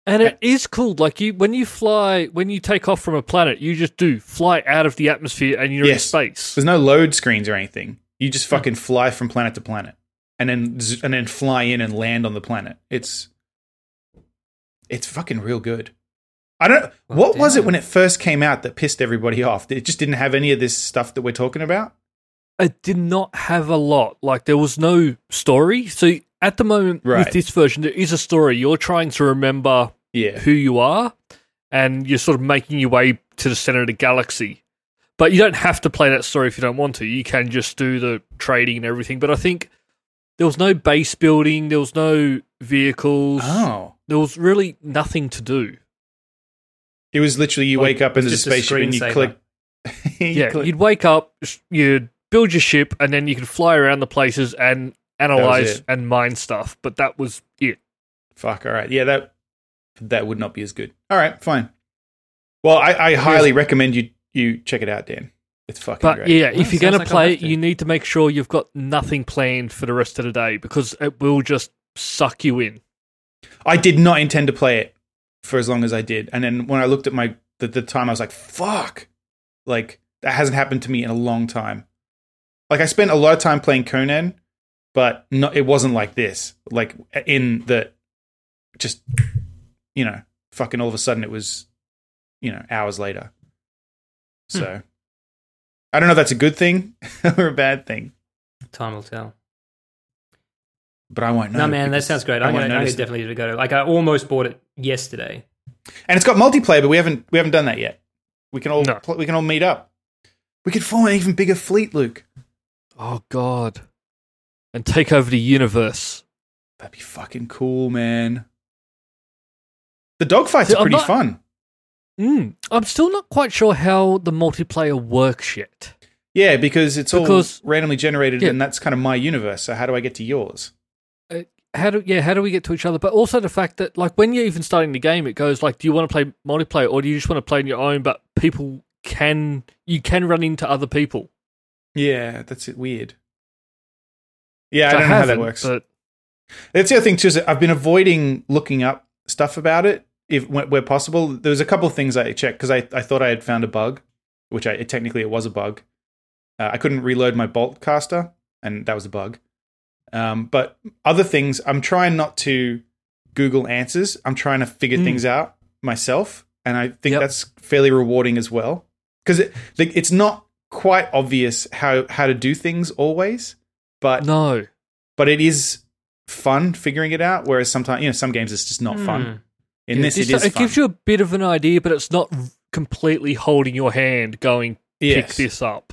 And it is cool. Like you, when you fly, when you take off from a planet, you just do fly out of the atmosphere and you're
Yes.
in space.
There's no load screens or anything. You just fucking fly from planet to planet, and then z- and then fly in and land on the planet. It's it's fucking real good. I don't.
Well,
what was it
damn.
when it first came out that pissed everybody off? It just didn't have any of this stuff that we're talking about.
It did not have a lot. Like there was no story. So at the moment
Right.
with this version, there is a story. You're trying to remember
Yeah,
who you are, and you're sort of making your way to the center of the galaxy. But you don't have to play that story if you don't want to. You can just do the trading and everything. But I think there was no base building. There was no vehicles.
Oh,
There was really nothing to do.
it was literally you
Like,
wake up in
it's
the
just a
spaceship and you
screensaver.
click. you
yeah,
click-
you'd wake up, s- you'd build your ship, and then you could fly around the places and analyze
it.
and mine stuff. But that was it.
Fuck. All right. Yeah, that that would not be as good. All right. Fine. Well, I, I highly recommend you you check it out, Dan. It's fucking
But
great.
yeah,
Well,
if you're
sounds
going
like I'll
to play it,
have to.
you need to make sure you've got nothing planned for the rest of the day because it will just suck you in.
I did not intend to play it for as long as I did, and then when I looked at my the, the time, I was like, "Fuck!" Like that hasn't happened to me in a long time. Like I spent a lot of time playing Conan, but not, it wasn't like this. Like in the just you know, fucking all of a sudden it was you know hours later.
Hmm.
So I don't know if that's a good thing or a bad thing.
Time will tell.
but I won't know.
No, man, that
because
sounds great.
I
I'm
won't
gonna, I'm
notice
gonna
it.
definitely give it a go. Like I almost bought it yesterday.
And it's got multiplayer, but we haven't we haven't done that yet. We can all
No.
pl- we can all meet up. We could form an even bigger fleet, Luke.
Oh god. And take over the universe.
That'd be fucking cool, man. The dogfights
See,
are
I'm
pretty
not-
fun.
Mm, I'm still not quite sure how the multiplayer works yet.
Yeah, because it's
Because-
all randomly generated,
Yeah.
and that's kind of my universe. So how do I get to yours?
Uh, how do yeah? How do we get to each other? But also the fact that like when you're even starting the game, it goes like, do you want to play multiplayer or do you just want to play on your own? But people can you can run into other people.
Yeah, that's it. Weird. Yeah,
So
I don't know how that
haven't,
works.
But
That's the other thing too. Is that I've been avoiding looking up stuff about it if where where possible. There was a couple of things I checked because I, I thought I had found a bug, which I technically it was a bug. Uh, I couldn't reload my bolt caster, and that was a bug. Um, but other things, I'm trying not to Google answers. I'm trying to figure
Mm.
things out myself, and I think
Yep.
that's fairly rewarding as well because it, like, it's not quite obvious how how to do things always, but
no,
but it is fun figuring it out. Whereas sometimes, you know, some games it's just not fun. In this, it
It's-
is.
Hmm. it
fun.
gives you a bit of an idea, but it's not completely holding your hand going
yes,
pick this up.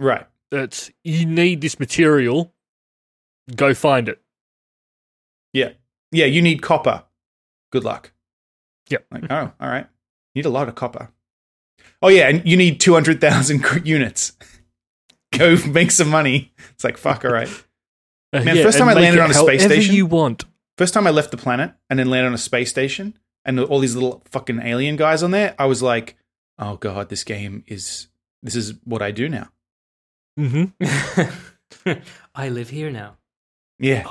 right.
It's you need this material, go find it.
Yeah, yeah. You need copper. Good luck.
Yep.
Like, oh, all right. You need a lot of copper. Oh yeah, and you need two hundred thousand units. Go make some money. It's like fuck. All right.
Uh,
Man, first
and
time I
make
landed
it
on a space
however
station-
you want.
First time I left the planet and then landed on a space station and all these little fucking alien guys on there, I was like, oh god, this game is. This is what I do now.
Mm-hmm.
I live here now.
Yeah.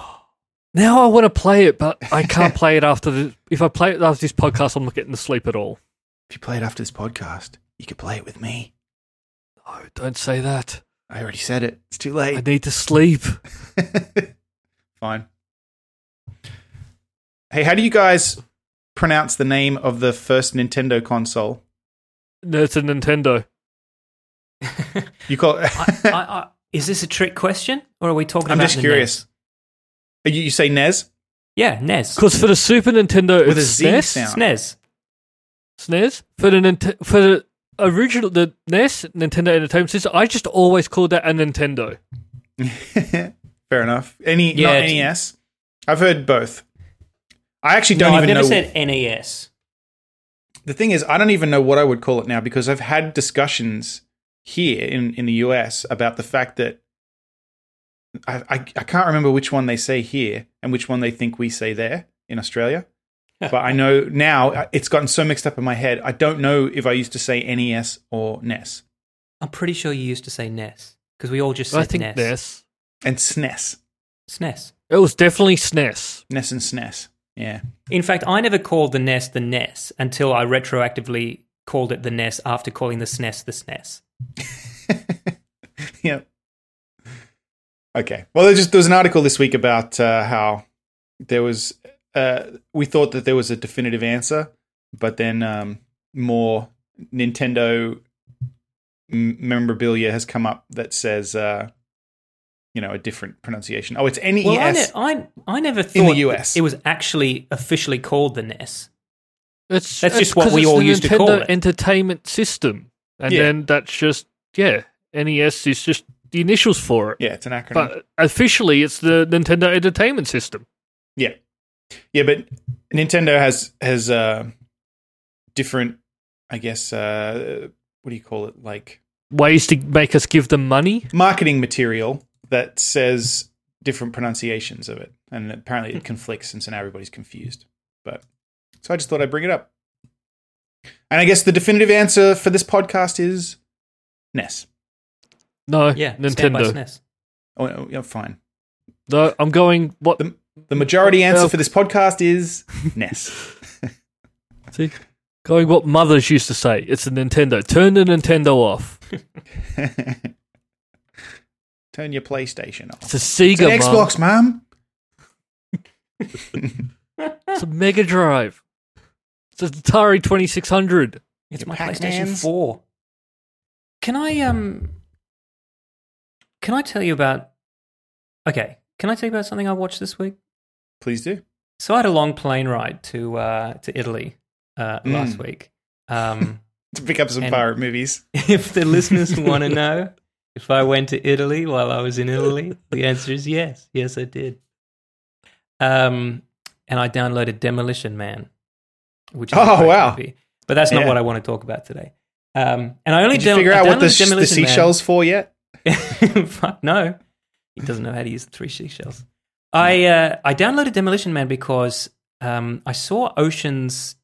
Now I want to play it, but I can't play it after the. If I play it after this podcast, I'm not getting to sleep at all.
If you play it after this podcast, you could play it with me.
Oh, don't say that.
I already said it. It's too
I
late.
need to sleep.
Fine. Hey, how do you guys pronounce the name of the first Nintendo console?
No, it's a Nintendo.
You call
I, I, I, is this a trick question, or are we talking
I'm
about?
just
the
curious.
E
Uh, You, you say E NES?
NES? Yeah, E NES.
Because for the Super Nintendo,
With a
it's
Z
SNES.
sound.
NES.
SNES. E For the Nint- for the original the NES Nintendo Entertainment System, I just always called that a Nintendo.
Fair enough. Any
Yeah,
not
it's-
NES? I've heard both. I actually don't
no,
even
I've never
know.
said E NES.
the thing is, I don't even know what I would call it now because I've had discussions here in, in the US about the fact that I, I, I can't remember which one they say here and which one they think we say there in Australia. but I know now uh, it's gotten so mixed up in my head. I don't know if I used to say NES or E NES
I'm pretty sure you used to say NES because we all just
I
said
think
NES.
NES.
and E SNES.
SNES.
It was definitely E SNES.
NES E and SNES. Yeah.
In fact, I never called the NES the NES until I retroactively called it the NES after calling the SNES the SNES.
yep. Okay. Well, there's just there was an article this week about uh, how there was uh, we thought that there was a definitive answer, but then um, more Nintendo m- memorabilia has come up that says uh, you know a different pronunciation. Oh, it's NES.
Well, I, ne- I, I never thought that
US.
it was actually officially called the NES.
It's
That's
it's
just what
'cause
we
it's
all
the
used to
Nintendo
call it.
Entertainment System, and
Yeah.
then that's just yeah. NES is just the initials for it.
yeah, it's an acronym.
But officially, it's the Nintendo Entertainment System.
Yeah, yeah, but Nintendo has has uh, different, I guess. Uh, what do you call it? Like
Ways to make us give them money.
marketing material that says different pronunciations of it, and apparently
Hmm.
it conflicts, and so now everybody's confused. But so I just thought I'd bring it up. And I guess the definitive answer for this podcast is NES.
No,
Yeah, stand by
Nintendo.
SNES.
Oh, no, yeah, fine.
No, I'm going. What?
The, the majority answer
Well-
for this podcast is NES.
See, going what mothers used to say. It's a Nintendo. Turn the Nintendo off.
Turn your PlayStation off.
It's a Sega.
It's an
Mum.
Xbox, ma'am.
It's a Mega Drive. It's an Atari 2600.
It's
Your
my PlayStation
Pac-Mans.
4. Can I um can I tell you about Okay, Can I tell you about something I watched this week?
Please do.
So I had a long plane ride to uh, to Italy uh, last
Mm.
week. Um,
To pick up some
And-
pirate movies.
if the listeners want to know if I went to Italy while I was in Italy, the answer is yes. Yes, I did. Um, and I downloaded Demolition Man, which is a
Oh,
great
wow.
movie. But that's not
Yeah.
what I want to talk about today. Um, and I only
Did you
down-
figure
I
out what the,
downloaded
sh- the
Demolition Man.
seashells for yet?
Fuck no, he doesn't know how to use the three seashells. I uh, I downloaded Demolition Man because um, I saw Oceans.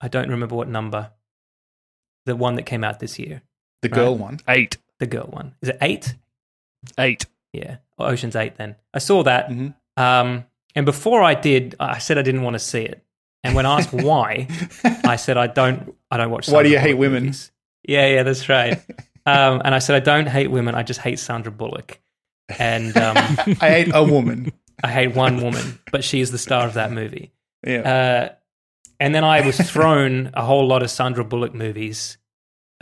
I don't remember what number, the one that came out this year,
The girl one.
Eight.
the girl one. Is it eight?
Eight.
Yeah, or Oceans Eight. Then I saw that,
Mhm.
um, and before I did, I said I didn't want to see it. And when asked why, I said I don't. I don't watch.
Why do
Sandra
you hate
Bullock
women?
movies." Yeah, yeah, that's right. um, and I said I don't hate women. I just hate Sandra Bullock, and um,
I hate a woman.
I hate one woman, but she is the star of that movie.
Yeah.
Uh, and then I was thrown a whole lot of Sandra Bullock movies.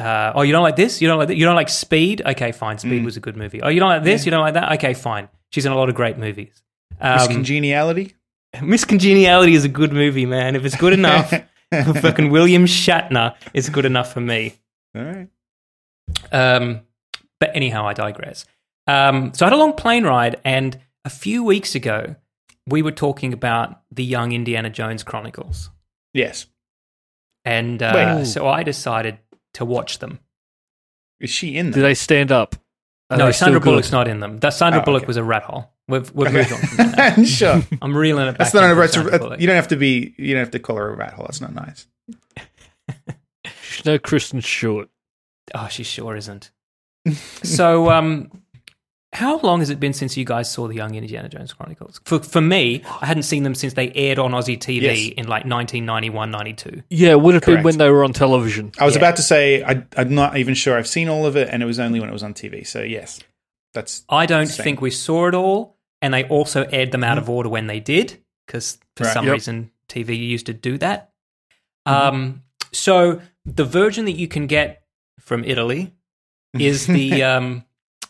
Uh, oh, you don't like this? You don't like that? You don't like Speed? Okay, fine.
Mm.
Speed was a good movie. Oh, you don't like this? You don't like that? Okay, fine. She's in a lot of great movies.
Miss
Um,
Congeniality.
Miss Congeniality is a good movie, man. If it's good enough for fucking William Shatner, it's good enough for me.
All right.
Um, but anyhow, I digress. Um, so I had a long plane ride, and a few weeks ago, we were talking about the Young Indiana Jones Chronicles,
Yes.
and uh,
Wait.
so I decided to watch them.
Is she in
Do
there?
they stand up? Are
no,
they still
Sandra
good?
Bullock's not in them. That Sandra
Oh,
Bullock
okay.
was a rat hole. We've, we've moved on. From that.
sure.
I'm reeling it back.
That's not a
into
rat.
Sandra Bullock.
You don't have to be. You don't have to call her a rat hole. That's not nice.
She's no Kristen Stewart.
Oh, she sure isn't. so, um, how long has it been since you guys saw the Young Indiana Jones Chronicles? For, for me, I hadn't seen them since they aired on Aussie TV
Yes.
in like 1991, 92.
Yeah, it would have been
Correct.
when they were on television.
I was
Yeah.
about to say I, I'm not even sure I've seen all of it, and it was only when it was on TV. So yes, that's
I don't
Same. Mm-hmm.
think we saw it all, and they also aired them out of order when they did, because for
Right.
some
Yep.
reason TV used to do that.
Mm-hmm.
Um, so the version that you can get from Italy is the um,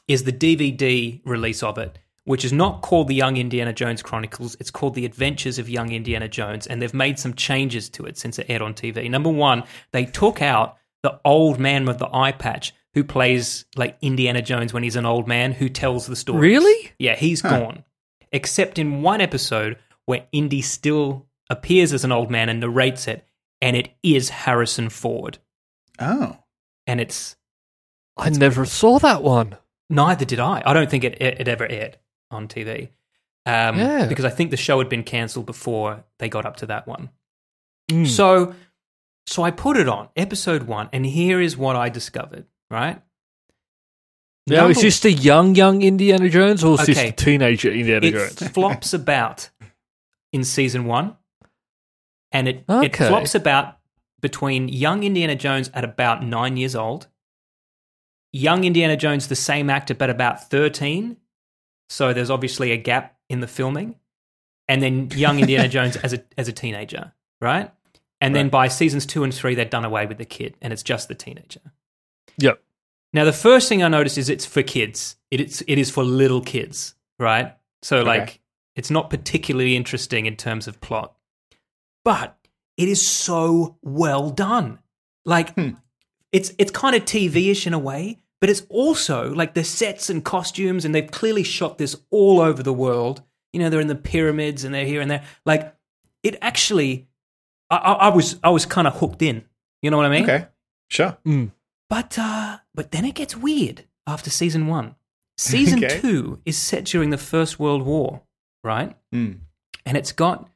is the DVD release of it, which is not called the Young Indiana Jones Chronicles. It's called the Adventures of Young Indiana Jones, and they've made some changes to it since it aired on TV. Number one, they took out the old man with the eye patch who plays like Indiana Jones when he's an old man who tells the story.
Really?
Yeah, he's gone. Except in one episode where Indy still appears as an old man and narrates it, and it is Harrison Ford.
oh
And it's
I never saw that one.
Neither did I. I don't think it, it, it ever aired on TV. Um,
Yeah.
Because I think the show had been cancelled before they got up to that one.
Mm.
Hmm. So, so I put it on episode one, and here is what I discovered. Right
now,
number-
is this the young, young Indiana Jones or is this
Okay.
the teenager Indiana
it
Jones?
flops about in season one, and it it
Okay.
flops about between young Indiana Jones at about nine years old, young Indiana Jones, the same actor, but about thirteen. So there's obviously a gap in the filming, and then young Indiana Jones as a as a teenager, right? And then
Right.
by seasons two and three, they've done away with the kid, and it's just the teenager.
Yep.
Now, the first thing I noticed is it's for kids. It, it's it is for little kids, right? So, like, it's not particularly interesting in terms of plot, but it is so well done. Like, it's it's kind of TV-ish in a way, but it's also like the sets and costumes, and they've clearly shot this all over the world. You know, they're in the pyramids and they're here and there. Like, it actually, I, I, I was I was kind of hooked in. You know what I mean?
okay, sure.
But uh, but then it gets weird after season one. Season
Okay.
two is set during the First World War, right?
Mm.
And it's got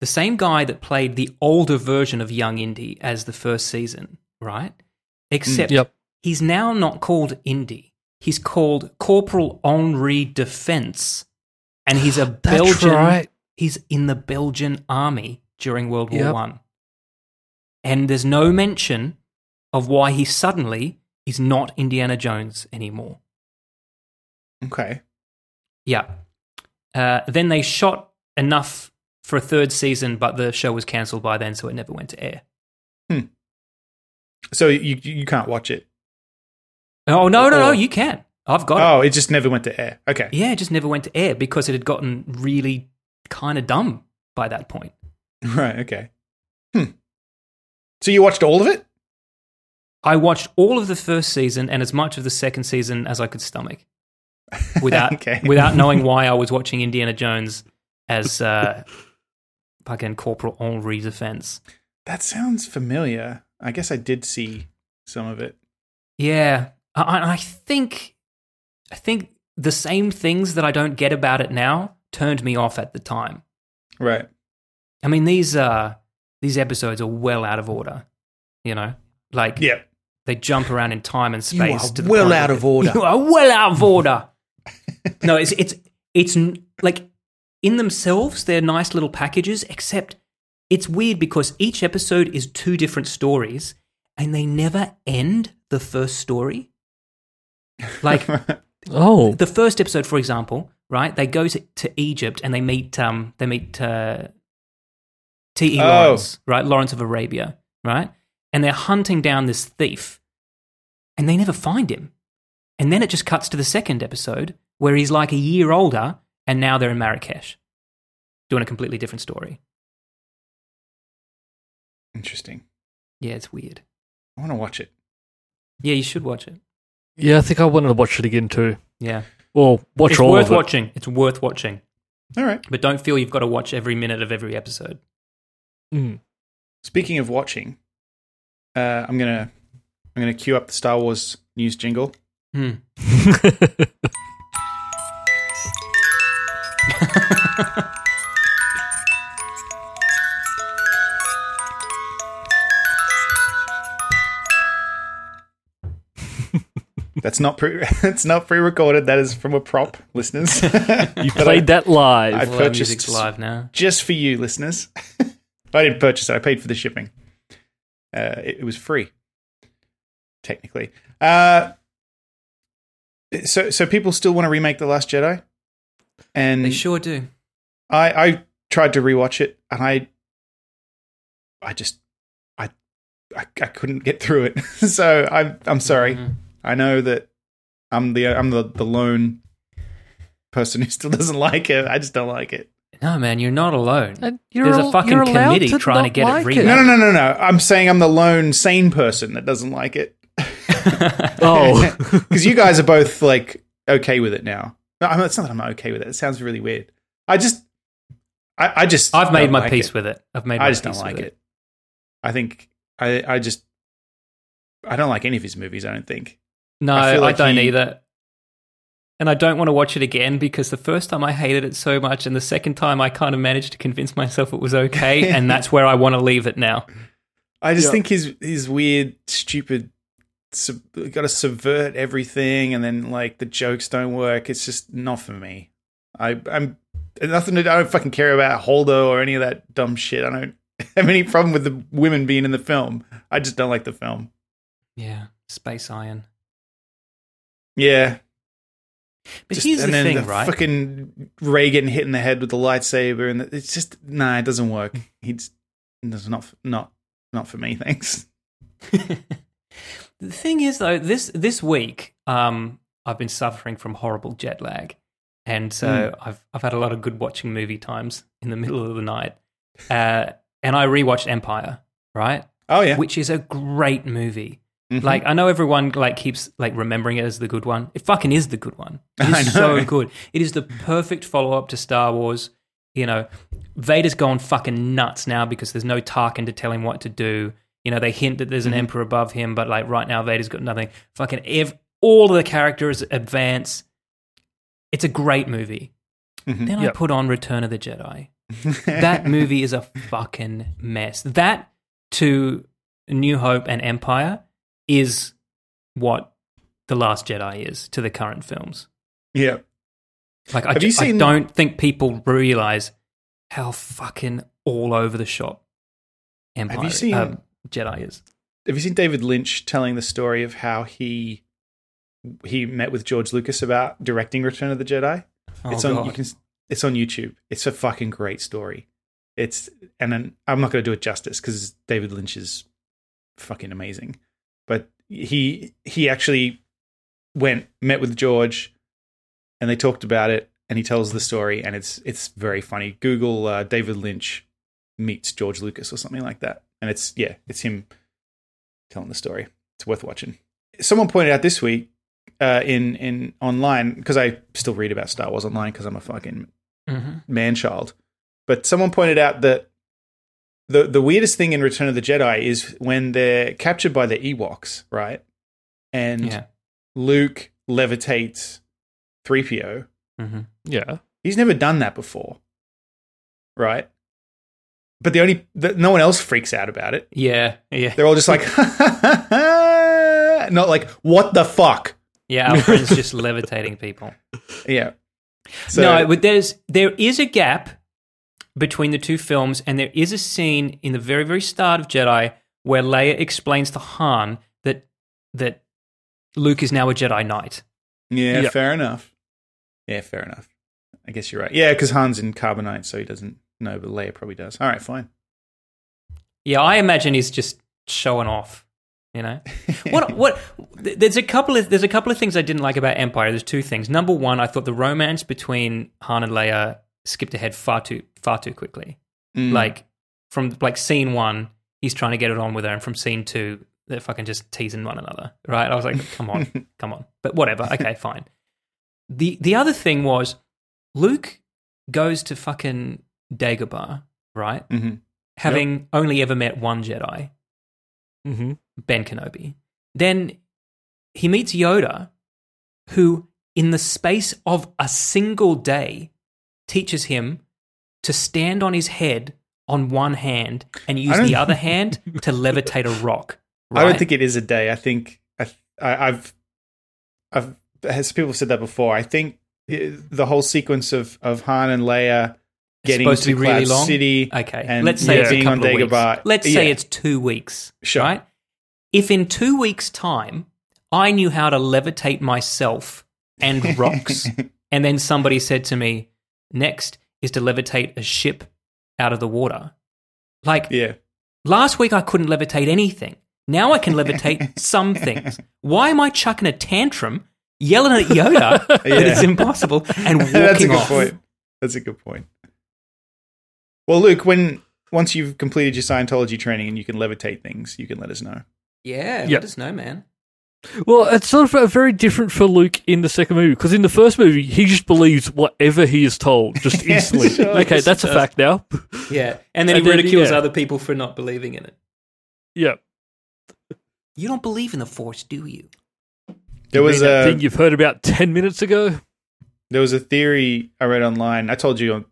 the same guy that played the older version of Young Indy as the first season, right? Except
Mm, Yep.
he's now not called Indy. He's called Corporal Henri Defense, and he's a
That's
Belgian.
right.
He's in the Belgian army during World War
Yep.
One, and there's no mention of why he suddenly is not Indiana Jones anymore.
Okay,
Yeah. Uh, then they shot enough for a third season, but the show was cancelled by then, so it never went to air.
so you you can't watch it.
Oh no, no, no!
Or-
You can. I've got it.
Oh, it just never went to air. Okay.
Yeah, it just never went to air because it had gotten really kind of dumb by that point.
Right. Okay. Hmm. So you watched all of it?
I watched all of the first season and as much of the second season as I could stomach, without
Okay.
without knowing why I was watching Indiana Jones as uh, fucking Corporal Henri's offense.
That sounds familiar. I guess I did see some of it.
Yeah, I- I, I think I think the same things that I don't get about it now turned me off at the time.
Right.
I mean these uh these episodes are well out of order, you know, like
Yeah.
they jump around in time and
You are
space. to the
well
point
out
that-
of order.
You are well out of order. no, it's it's it's n- like in themselves they're nice little packages, except it's weird because each episode is two different stories, and they never end the first story. Like
Oh,
the first episode, for example, right? They go to, to Egypt and they meet um they meet uh, T. E.
Oh.
Lawrence, right? Lawrence of Arabia, right? And they're hunting down this thief, and they never find him. And then it just cuts to the second episode where he's like a year older, and now they're in Marrakesh, doing a completely different story.
Interesting.
Yeah, it's weird.
I want to watch it.
Yeah, you should watch it.
yeah. I think I wanted to watch it again too.
Yeah,
Well, watch
it's
all
worth
of it.
watching. It's worth watching,
All right.
but don't feel you've got to watch every minute of every episode.
Mm.
Speaking of watching, uh, I'm gonna I'm gonna queue up the Star Wars news jingle.
Hmm.
That's not pre that's not pre-recorded. That is from a prop, listeners.
You played that live.
I
All our
purchased
music's live now.
just for you, listeners. I didn't purchase it. I paid for the shipping. Uh, it, it was free, technically. Uh, so, so people still want to remake the Last Jedi,
They
and
sure do.
I, I tried to rewatch it, and I, I just, I, I, I couldn't get through it. so I'm, I'm sorry.
Mhm.
I know that I'm the, I'm the, the lone person who still doesn't like it. I just don't like it.
No, man, you're not alone.
And you're
There's
al-
a fucking
you're allowed
committee
to
trying to
not
get
like
it
it.
remade.
No, no, no, no, no. I'm saying I'm the lone sane person that doesn't like it
Oh,
because you guys are both like okay with it now. No, I mean, it's not that I'm not okay with it. It sounds really weird. I just, I, I just,
I've made
don't
my
like
peace
it.
with it. I've made.
I
my
just don't
peace
like
with
it. I think I, I just, I don't like any of his movies. I don't think.
No,
I
I,
feel like
don't
he-
either. And I don't want to watch it again because the first time I hated it so much, and the second time I kind of managed to convince myself it was okay, and that's where I want to leave it now.
I just
Yeah.
think his his weird, stupid, sub, got to subvert everything, and then like the jokes don't work. It's just not for me. I I'm nothing. To, I don't fucking care about Holdo or any of that dumb shit. I don't have any problem with the women being in the film. I just don't like the film.
Yeah, space iron.
Yeah,
But
just-
here's the
and then
thing,
the
right?
Fucking Ray getting hit in the head with the lightsaber, and it's just nah, it doesn't work. He's that's not not not for me. Thanks.
The thing is, though, this this week, um, I've been suffering from horrible jet lag, and so I've I've had a lot of good watching movie times in the middle of the night, uh, and I rewatched Empire, right,
Oh yeah,
which is a great movie.
Mhm.
Like I know everyone like keeps like remembering it as the good one. It fucking is the good one. It
I
is
know.
so good. It is the perfect follow up to Star Wars. You know, Vader's gone fucking nuts now because there's no Tarkin to tell him what to do. You know, they hint that there's
Mm-hmm.
an emperor above him, but like right now Vader's got nothing. Fucking ev- all of the characters advance. It's a great movie.
Mm-hmm.
Then I
Yep.
put on Return of the Jedi. that movie is a fucking mess. That to New Hope and Empire is what The Last Jedi is to the current films.
yeah.
Like I,
Have you
ju- I
seen-
don't think people realize how fucking all over the shop Empire
you seen-
uh, Jedi is.
have you seen David Lynch telling the story of how he he met with George Lucas about directing Return of the Jedi?
Oh,
it's on
God.
you can it's on YouTube. It's a fucking great story. It's and then I'm not going to do it justice because David Lynch is fucking amazing. But he he actually went met with George, and they talked about it, and he tells the story, and it's it's very funny. Google uh, David Lynch meets George Lucas or something like that, and it's yeah, it's him telling the story. It's worth watching. Someone pointed out this week uh, in in online because I still read about Star Wars online because I'm a fucking
Mhm.
man child. But someone pointed out that the the weirdest thing in Return of the Jedi is when they're captured by the Ewoks, right? And
Yeah.
Luke levitates 3PO.
Mhm.
Yeah.
He's never done that before. Right? But the only the, no one else freaks out about it.
Yeah. Yeah.
They're all just like not like what the fuck.
Yeah. Our friends just levitating people.
Yeah. So
no, but there's there is a gap between the two films, and there is a scene in the very very start of Jedi where Leia explains to Han that that Luke is now a Jedi Knight.
yeah,
Yeah.
fair enough. Yeah, fair enough. I guess you're right. Yeah, because Han's in carbonite, so he doesn't know, but Leia probably does. All right, fine.
Yeah, I imagine he's just showing off. You know, what what? th- There's a couple of there's a couple of things I didn't like about Empire. There's two things. Number one, I thought the romance between Han and Leia skipped ahead far too far too quickly.
Mm.
Like from like scene one, he's trying to get it on with her, and from scene two, they're fucking just teasing one another. Right? I was like, come on, come on. But whatever. Okay, fine. The the other thing was Luke goes to fucking Dagobah, right?
Mhm.
Having only ever met one Jedi,
Mm-hmm.
Ben Kenobi. Then he meets Yoda, who in the space of a single day teaches him to stand on his head on one hand and use
don't-
the other hand to levitate a rock.
I don't
right?
think it is a day. I think I, I, I've, I've as people have said that before. I think i- the whole sequence of of Han and Leia
It's
getting
supposed
to,
to be really
Cloud
long.
City,
Okay,
and
let's say
yeah,
it's a
being on
couple of weeks.
Dagobah.
Let's say
Yeah.
it's two weeks,
Sure.
right? If in two weeks' time I knew how to levitate myself and rocks, and then somebody said to me, "Next is to levitate a ship out of the water," like
yeah,
last week I couldn't levitate anything. Now I can levitate some things. Why am I chucking a tantrum, yelling at Yoda that it's impossible, and walking
that's a good
off?
point. That's a good point. Well, Luke, when once you've completed your Scientology training and you can levitate things, you can let us know.
Yeah,
Yep.
let us know, man.
Well, it's sort of very different for Luke in the second movie because in the first movie he just believes whatever he is told just
Yeah,
instantly.
sure.
okay, that's a fact now.
Yeah, and then
And
he
then,
ridicules
yeah.
other people for not believing in it.
yeah,
You don't believe in the Force, do you?
There was uh,
that
a
thing you've heard about ten minutes ago.
there was a theory I read online. I told you on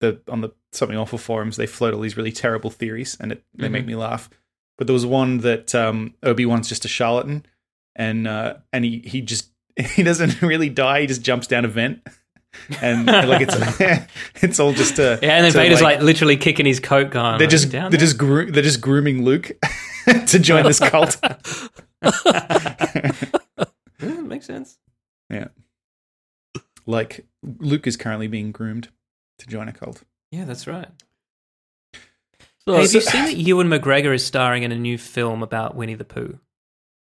the on the something awful forums they float all these really terrible theories, and it, they
Mm-hmm.
make me laugh. But there was one that um, Obi Wan's just a charlatan, and uh, and he he just he doesn't really die. He just jumps down a vent, and like it's it's all just a
Yeah, and then
to,
Vader's like, literally kicking his coat gun.
they're just
down
they're
there.
just gro- they're just grooming Luke to join this cult.
Yeah, makes sense.
yeah, like Luke is currently being groomed to join a cult.
Yeah, that's right.
So,
Hey, have you seen that Ewan McGregor is starring in a new film about Winnie the Pooh?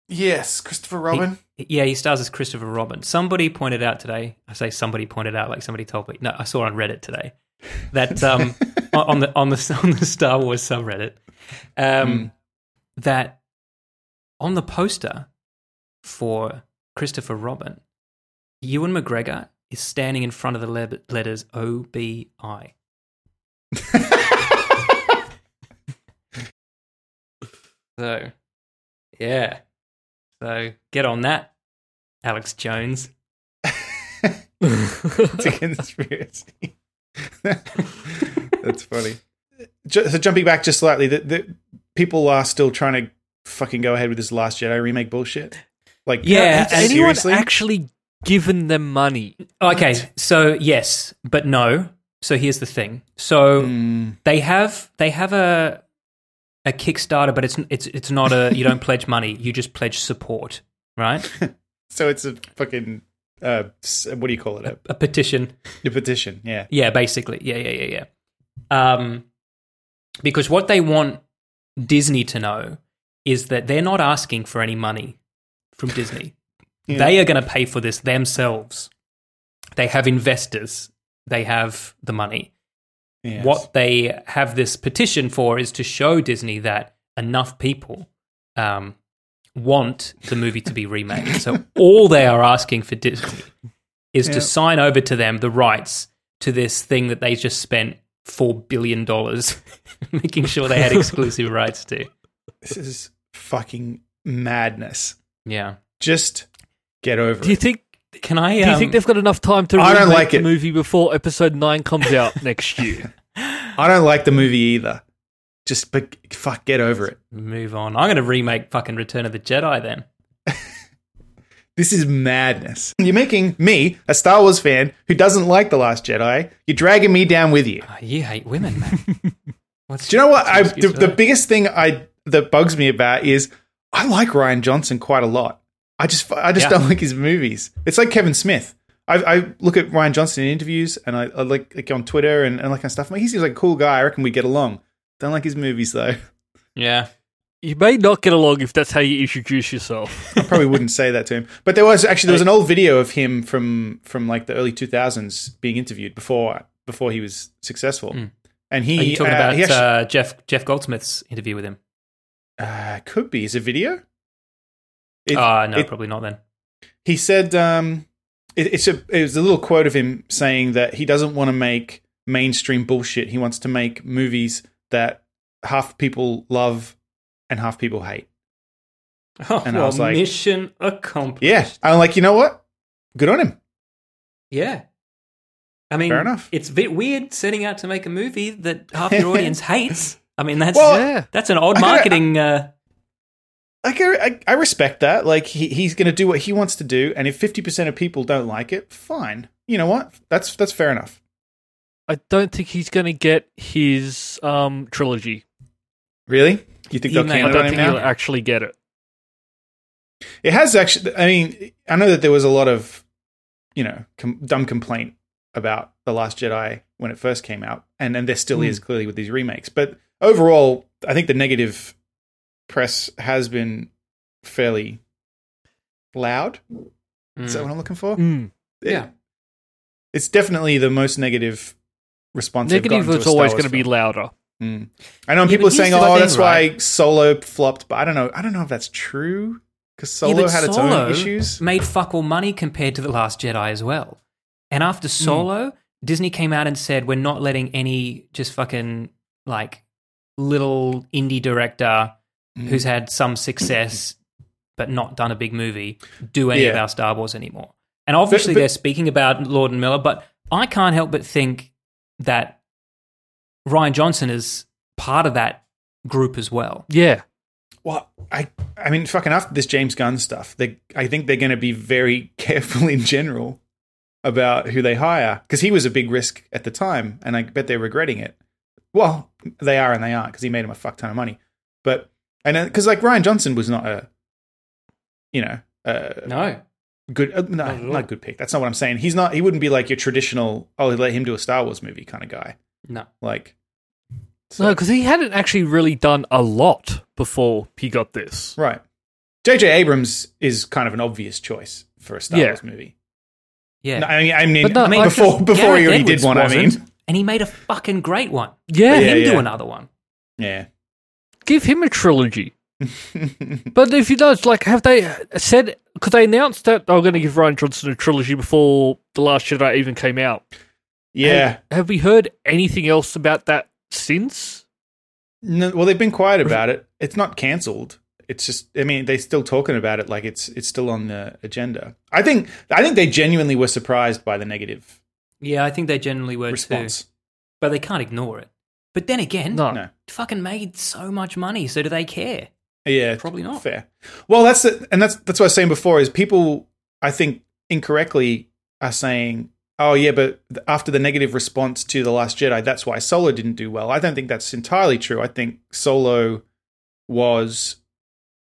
Yes, Christopher
He- yeah, he stars as Christopher Robin. Somebody pointed out today. I say somebody pointed out, like somebody told me. No, I saw on Reddit today that um, on on the on the on the Star Wars subreddit um, that on the poster for Christopher Robin, Ewan McGregor is standing in front of the le- letters O B I. So, yeah. So get on that, Alex Jones.
it's a conspiracy. That's funny. Ju- So jumping back just slightly, the, the people are still trying to fucking go ahead with this Last Jedi remake bullshit. Like,
Yeah,
has anyone
seriously?
actually given them money?
Okay, so yes, but no. So here's the thing. So
Mm,
they have they have a a Kickstarter, but it's it's it's not a you don't pledge money, you just pledge support, right?
so it's a fucking uh, s- what do you call it? A,
A petition.
a petition? Yeah.
Yeah, basically. Yeah, yeah, yeah, yeah. Um because what they want Disney to know is that they're not asking for any money from Disney.
Yeah.
They are going to pay for this themselves. They have investors. They have the money.
Yes.
What they have this petition for is to show Disney that enough people um, want the movie to be remade. so all they are asking for Disney is
Yeah.
to sign over to them the rights to this thing that they just spent four billion dollars making sure they had exclusive rights to.
This is fucking madness.
Yeah.
Just get over
Do you
it.
think?
Can I?
Do you
um,
think they've got enough time to
I don't
remake
like
the
it.
movie before episode nine comes out next year?
I don't like the movie either. Just but fuck, get over it.
Move on. I'm going to remake fucking Return of the Jedi then.
This is madness. You're making me, a Star Wars fan who doesn't like The Last Jedi, you're dragging me down with you.
Oh, you hate women, man. What's,
Do you know what? I,
what's
the,
your excuse for
the
that?
biggest thing I that bugs me about is I like Ryan Johnson quite a lot. I just I just
Yeah.
don't like his movies. It's like Kevin Smith. I, I look at Ryan Johnson in interviews and I, I like, like on Twitter and, and that kind of stuff. I'm like, he seems like a cool guy. I reckon we get along. Don't like his movies though.
Yeah.
You may not get along if that's how you introduce yourself.
I probably wouldn't say that to him. But there was actually there was an old video of him from from like the early 2000s being interviewed before before he was successful. And he
Hmm. Are you talking
uh,
about
he actu-
uh, Jeff Jeff Goldsmith's interview with him?
uh, could be is it video? It-
Ah, no,
it-
probably not then.
he said um, it, it's a it was a little quote of him saying that he doesn't want to make mainstream bullshit. He wants to make movies that half people love and half people hate.
Oh,
And I was like-
mission accomplished.
Yeah, I'm like, you know what? Good on him.
Yeah. I mean,
Fair enough.
it's a bit weird setting out to make a movie that half your audience hates. I mean, that's
Well,
Yeah.
that's an odd
I gotta-
marketing. uh,
Like I, I, I respect that. Like he, he's going to do what he wants to do, and if fifty percent of people don't like it, fine. You know what? That's that's fair enough.
I don't think he's going to get his um, trilogy.
Really? You think
You
they'll
may-
I
cancel
don't
on him
think
now?
he'll actually get it.
It has actually. I mean, I know that there was a lot of, you know, com- dumb complaint about the Last Jedi when it first came out, and and there still is clearly with these remakes. But overall, I think the negative press has been fairly loud.
uh,
Is that what I'm looking
Mm.
for?
Hmm. Yeah.
it's definitely the most negative response. they've
Negative
gotten to a
is
Star
always
Wars
going to be
film.
louder.
Mm. I know and
Yeah,
people
but
are saying,
here's the
"Oh,
thing,
that's why
right?
Solo flopped," but I don't know. I don't know if that's true because
Yeah,
Solo
but
had its
Solo
own issues.
Made fuck all money compared to The Last Jedi as well. And after
Hmm.
Solo, Disney came out and said, we're not letting any just fucking like little indie director
Mm.
Mm.
who's had some success but not done a big movie do any of
Yeah.
our Star Wars anymore. And obviously
but-
they're speaking about Lord and Miller, but I can't help but think that Ryan Johnson is part of that group as well.
Yeah.
Well, I I mean, fucking after this James Gunn stuff, they I think they're going to be very careful in general about who they hire because he was a big risk at the time, and I bet they're regretting it. Well, they are and they aren't because he made him a fuck ton of money, but and because like Ryan Johnson was not a, you know, a
No.
good uh, no
Not at all.
not a good pick. That's not what I'm saying. He's not. He wouldn't be like your traditional. Oh, let him do a Star Wars movie kind of guy.
No.
Like
No, because he hadn't actually really done a lot before he got this.
Right. J.J. Abrams is kind of an obvious choice for a Star
Yeah.
Wars movie.
Yeah.
No, I mean, I mean,
But no, I mean,
before
Gareth
before he already
Edwards
did one. I
wasn't,
mean,
and he made a fucking great one.
Yeah.
Let
Yeah,
him
yeah.
do another one.
yeah,
Give him a trilogy. but if you don't, like, have they said, because they announced that they were going to give Ryan Johnson a trilogy before The Last Jedi even came out.
yeah.
Have we heard anything else about that since?
No, well, they've been quiet about it. It's not cancelled. It's just, I mean, they're still talking about it like it's it's still on the agenda. I think I think they genuinely were surprised by the negative
Yeah, I think they generally were
response.
too, but they can't ignore it. But then again,
No.
No,
fucking made so much money, so do they care?
yeah,
Probably not.
fair. Well, that's the, and that's that's what I was saying before is people I think incorrectly are saying, oh yeah, but th- after the negative response to the Last Jedi, that's why Solo didn't do well. I don't think that's entirely true. I think Solo was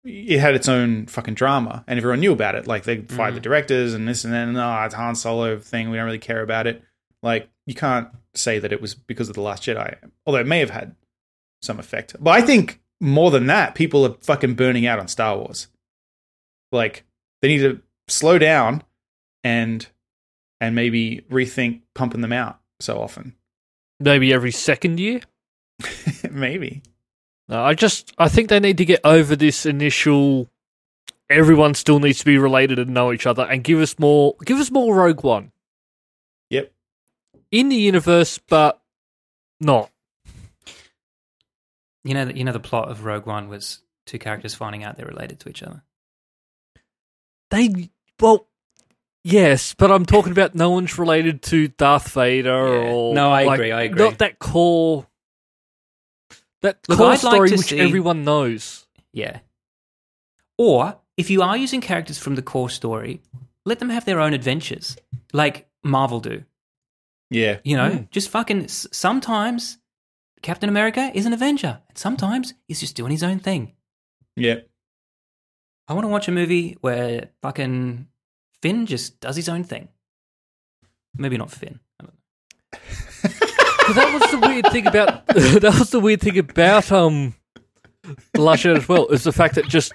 it had its own fucking drama, and everyone knew about it. Like they fired the directors and this and then no, it's Han Solo thing. We don't really care about it. Like you can't say that it was because of the Last Jedi, although it may have had some effect. But I think more than that, people are fucking burning out on Star Wars. Like they need to slow down and and maybe rethink pumping them out so often.
Maybe every second year.
maybe.
No, I just I think they need to get over this initial. Everyone still needs to be related and know each other, and give us more. Give us more Rogue One
Yep.
in the universe, but not.
You know, you know, the plot of Rogue One was two characters finding out they're related to each other.
They well, yes, but I'm talking about no one's related to Darth Vader
Yeah.
or
No, I
like,
agree, I agree.
Not that core. That
Look,
core
I'd like
story
to
which
see-
everyone knows.
Yeah. Or if you are using characters from the core story, let them have their own adventures, like Marvel do.
Yeah.
You
Hmm.
know, just fucking. s- Sometimes Captain America is an Avenger, and sometimes he's just doing his own thing.
Yeah.
I want to watch a movie where fucking Finn just does his own thing. Maybe not Finn. I don't know.
But that was the weird thing about that was the weird thing about um Last Jedi as well is the fact that just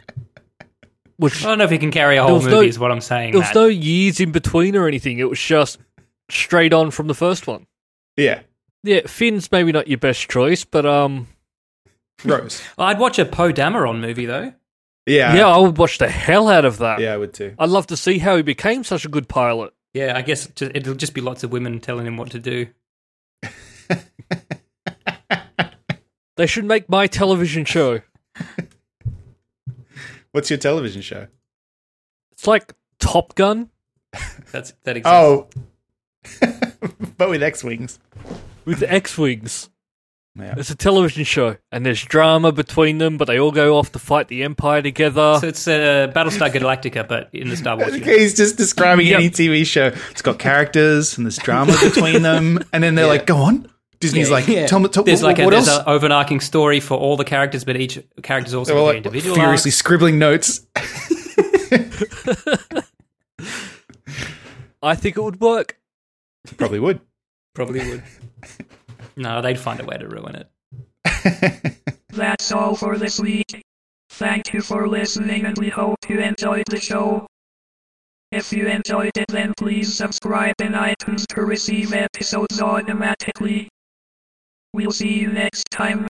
which
I don't know if he can carry a
There
whole
was
movie.
no-
is what I'm saying.
there was
Matt.
no years in between or anything. It was just straight on from the first one.
Yeah.
Yeah, Finn's maybe not your best choice, but um,
Rose.
Well, I'd watch a Poe Dameron movie though.
Yeah.
yeah, I would watch the hell out of that.
Yeah, I would too.
I'd love to see how he became such a good pilot.
Yeah, I guess ju- it'll just be lots of women telling him what to do.
They should make my television show.
What's your television show?
It's like Top Gun
That's that exists.
Oh. but with X Wings.
with X Wings.
Yeah.
It's a television show, and there's drama between them, but they all go off to fight the Empire together.
So it's uh, Battlestar Galactica, but in the Star Wars.
Okay,
universe.
he's just describing
Yep.
any TV show. It's got characters and there's drama between them, and then they're like, "Go on." Disney's like, "Tell me, tell,
there's
what,
like a,
what
there's
else?"
an overarching story for all the characters, but each character's also
They're all
very
like
individual.
furiously
arcs.
scribbling notes.
I think it would work.
Probably would.
Probably would. no, they'd find a way to ruin it.
That's all for this week. Thank you for listening and we hope you enjoyed the show. If you enjoyed it then please subscribe in iTunes to receive episodes automatically. We'll see you next time.